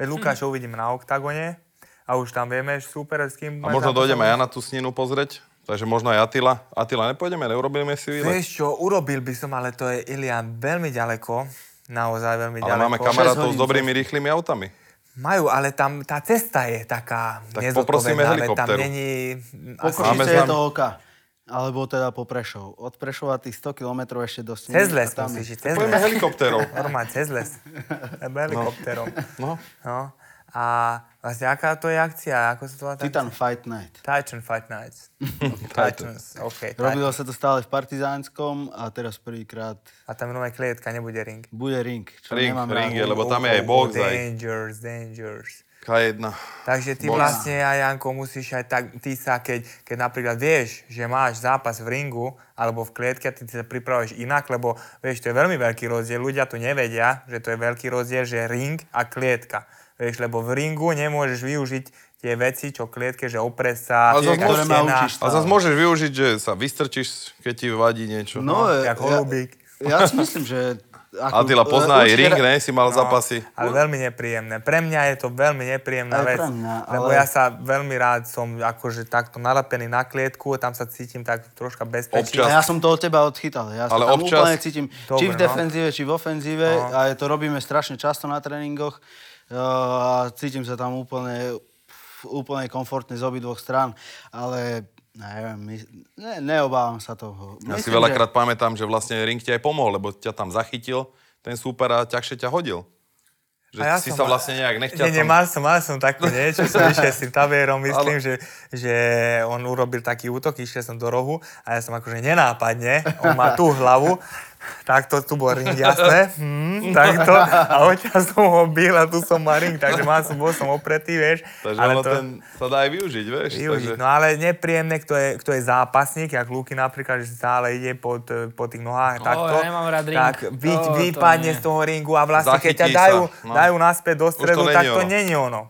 S2: Veď Lukáša uvidíme na oktagone a už tam vieme, že super, s kým...
S1: A možno dojdem aj ja na tú sninu pozrieť. Takže možno aj Atila. Atila, nepôjdeme, neurobíme si výlet.
S2: Vieš čo, urobil by som, ale to je Ilian veľmi ďaleko. Naozaj veľmi
S1: Ale
S2: ďaleko.
S1: máme kamarátov
S4: Šesť
S1: s
S4: hodín
S1: dobrými rýchlymi autami.
S2: Majú, ale tam tá cesta je taká
S1: Tak
S2: nezodpovedná,
S1: poprosíme
S2: veď Tam
S1: helikopteru.
S2: není... asi-
S1: Máme
S4: Pokročice je
S1: známy-
S4: to oka. Alebo teda po Prešov. Od Prešova tých 100 km ešte do sniny.
S2: Cez les
S4: a tam
S2: musíš
S4: je-
S2: ísť, cez
S1: Pojďme
S2: les.
S1: helikoptérou.
S2: Normálne cez les. Lebo helikopterom.
S1: No,
S2: No. A vlastne aká to je akcia? Ako sa to volá? tá
S4: Titan Fight Night.
S2: akcia? Titan Fight Nights. Titans, OK.
S4: Robilo sa to stále v Partizánskom a teraz prvýkrát
S2: A tam je nové klietka, nebude ring.
S4: bude ring. Čo
S1: Ring,
S4: nemám
S1: ring je,
S4: rád.
S1: lebo tam je aj box, aj
S2: Dangerous, dangerous.
S1: K1.
S2: Takže ty
S1: Box.
S2: vlastne aj Janko musíš aj tak, ty sa keď, keď napríklad vieš, že máš zápas v ringu alebo v klietke, ty sa pripravuješ inak, lebo vieš, to je veľmi veľký rozdiel, ľudia to nevedia, že to je veľký rozdiel, že ring a klietka. Vieš, lebo v ringu nemôžeš využiť tie veci, čo v klietke, že opresa,
S1: Ale zas môžeš-
S2: krstená,
S4: ma učíš
S1: A zase môžeš využiť, že sa vystrčíš, keď ti vadí niečo.
S4: No, e,
S2: jak holubík.
S4: Ja, ja si myslím, že... Ako,
S1: Atila pozná aj
S4: e, určite
S1: ring,
S4: ra-
S1: ne? Si mal zápasy.
S2: no, Ale veľmi nepríjemné. Pre mňa je to veľmi nepríjemná
S4: Aj
S2: vec.
S4: pre mňa,
S2: Lebo
S4: ale-
S2: ja sa veľmi rád som akože takto nalapený na klietku, tam sa cítim tak troška bezpečne.
S1: Občas.
S4: Ja som to od teba odchytal. Ja sa
S1: Ale
S4: tam
S1: občas-
S4: úplne cítim, či
S2: Dobre,
S4: v
S2: no.
S4: defenzíve, či v ofenzíve. A je- to robíme strašne často na tréningoch. E, A cítim sa tam úplne, úplne komfortne z obidvoch strán. Ale neviem, my- ne, neobávam sa toho.
S1: Ja si
S4: že-
S1: veľakrát pamätám, že vlastne ring ti aj pomohol, lebo ťa tam zachytil ten super a ťažšie ťa hodil. Že
S2: A ja
S1: si sa
S2: som mal-
S1: vlastne nejak nechťa
S2: Nie, nie, mal som, mal som takú niečo, som išiel s tým Taverom, myslím, že, že on urobil taký útok, išiel som do rohu a ja som akože nenápadne, on má tú hlavu, takto tu bol ring, jasné, hm, takto a odtiaľ som ho bil a tu som mal ring, takže mal som, bol som opretý, vieš.
S1: Takže ale to... ten sa dá aj využiť, vieš.
S2: Využiť.
S1: takže...
S2: No ale nepríjemné, kto je, kto je zápasník, jak Luky napríklad, že stále ide pod, e, po tých nohách,
S3: Ó,
S2: takto,
S3: ja nemám rád ring.
S2: tak vy,
S3: Ó, to
S2: vypadne
S3: nie.
S2: z toho ringu a vlastne keď ťa
S1: Zachytí sa,
S2: dajú,
S1: no.
S2: dajú naspäť do stredu,
S1: to není
S2: tak to
S1: ono.
S2: není ono.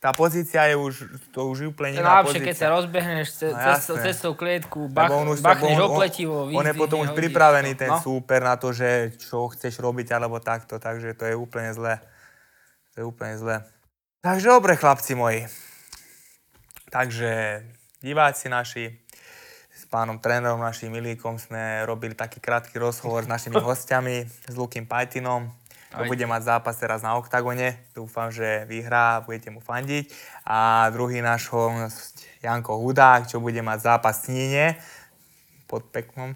S2: Tá pozícia je už, to už úplne
S3: To je
S2: iná
S3: najlepšie, No keď sa
S2: pozícia.
S3: rozbehneš ce-
S2: No
S3: cestou,
S2: jasné.
S3: cestou klietku, bach,
S2: Lebo on už sa-
S3: bachneš
S2: on- on-
S3: opletivo.
S2: On je potom už
S3: vyzdvihne, hodíš.
S2: pripravený ten
S3: No.
S2: súper na to, že čo chceš robiť alebo takto, takže to je úplne zlé. To je úplne zlé. Takže dobre, chlapci moji. Takže diváci naši, s pánom trénerom, našim Milíkom sme robili taký krátky rozhovor s našimi hostiami, s Lukým Pajtinom. To
S3: Aj.
S2: bude mať zápas teraz na oktagone. Dúfam, že vyhrá a budete mu fandiť. A druhý náš host Janko Hudák, čo bude mať zápas v Snine pod peknom.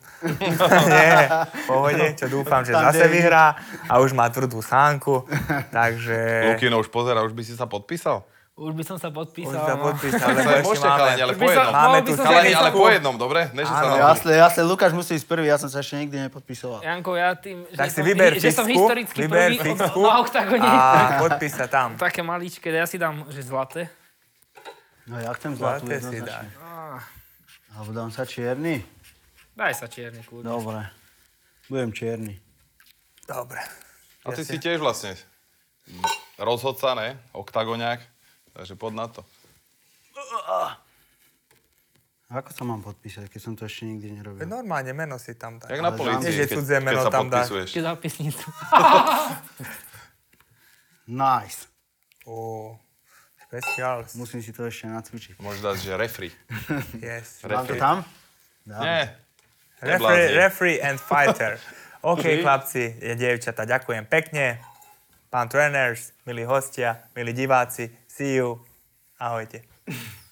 S2: Nie, v pohode, čo dúfam, že
S4: Tam
S2: zase
S4: devín.
S2: vyhrá a už má tvrdú sánku, takže...
S1: Lukino už pozera, už by si sa podpísal?
S3: Už by som sa
S2: Už
S3: podpísal.
S2: sa
S3: no.
S2: podpísal,
S1: Tak
S2: lebo
S1: sa
S2: ešte
S1: môžete,
S2: máme...
S1: chalani, ale
S3: Už
S1: po
S3: by som-
S1: jednom.
S2: Máme
S3: mohol by
S2: tu
S3: som sa
S1: Chalani,
S2: chalani,
S1: ale
S3: nechápu.
S1: po jednom, dobre? Ne, že sa
S2: Áno.
S1: nám...
S4: Jasne, jasne, Lukáš musí ísť prvý, ja som sa ešte nikdy nepodpisoval.
S3: Janko, ja tým,
S2: Tak
S3: že,
S2: si
S3: som,
S2: vyber
S3: že som
S2: fixku,
S3: historicky
S2: vyber
S3: prvý No,
S2: fixku
S3: na oktagone.
S2: a podpís sa tam.
S3: Také maličké, ja si dám, že zlaté.
S4: No ja chcem zlatú
S2: Zlaté si
S4: jednoznačne.
S2: dáš.
S3: Á,
S4: Alebo dám sa čierny?
S3: Daj sa čierny kľud.
S2: No.
S4: Dobre. Budem čierny.
S2: Dobre.
S1: A ty si tiež vlastne rozhodca, ne? Oktagoňák. Takže pod na to.
S4: Ako sa mám podpísať, keď som to ešte nikdy nerobil?
S2: Veď Normálne meno si tam dá.
S1: Jak na
S4: Ale
S1: polícii,
S2: dám- že
S1: keď,
S2: cudzie
S1: keď
S2: meno
S1: sa
S2: tam dá.
S1: podpisuješ.
S3: Ešte zápisnicu.
S4: Nice.
S2: Ó, Speciál.
S4: Musím si to ešte nacvičiť.
S1: Môžeš dať, že refri.
S2: Yes.
S4: Mám to
S1: Referee.
S4: tam? Dám.
S1: Nie.
S2: Referee, referee and fighter. OK, chlapci, je dievčata, ďakujem pekne. Pán tréner, milí hostia, milí diváci, see you. Ahojte.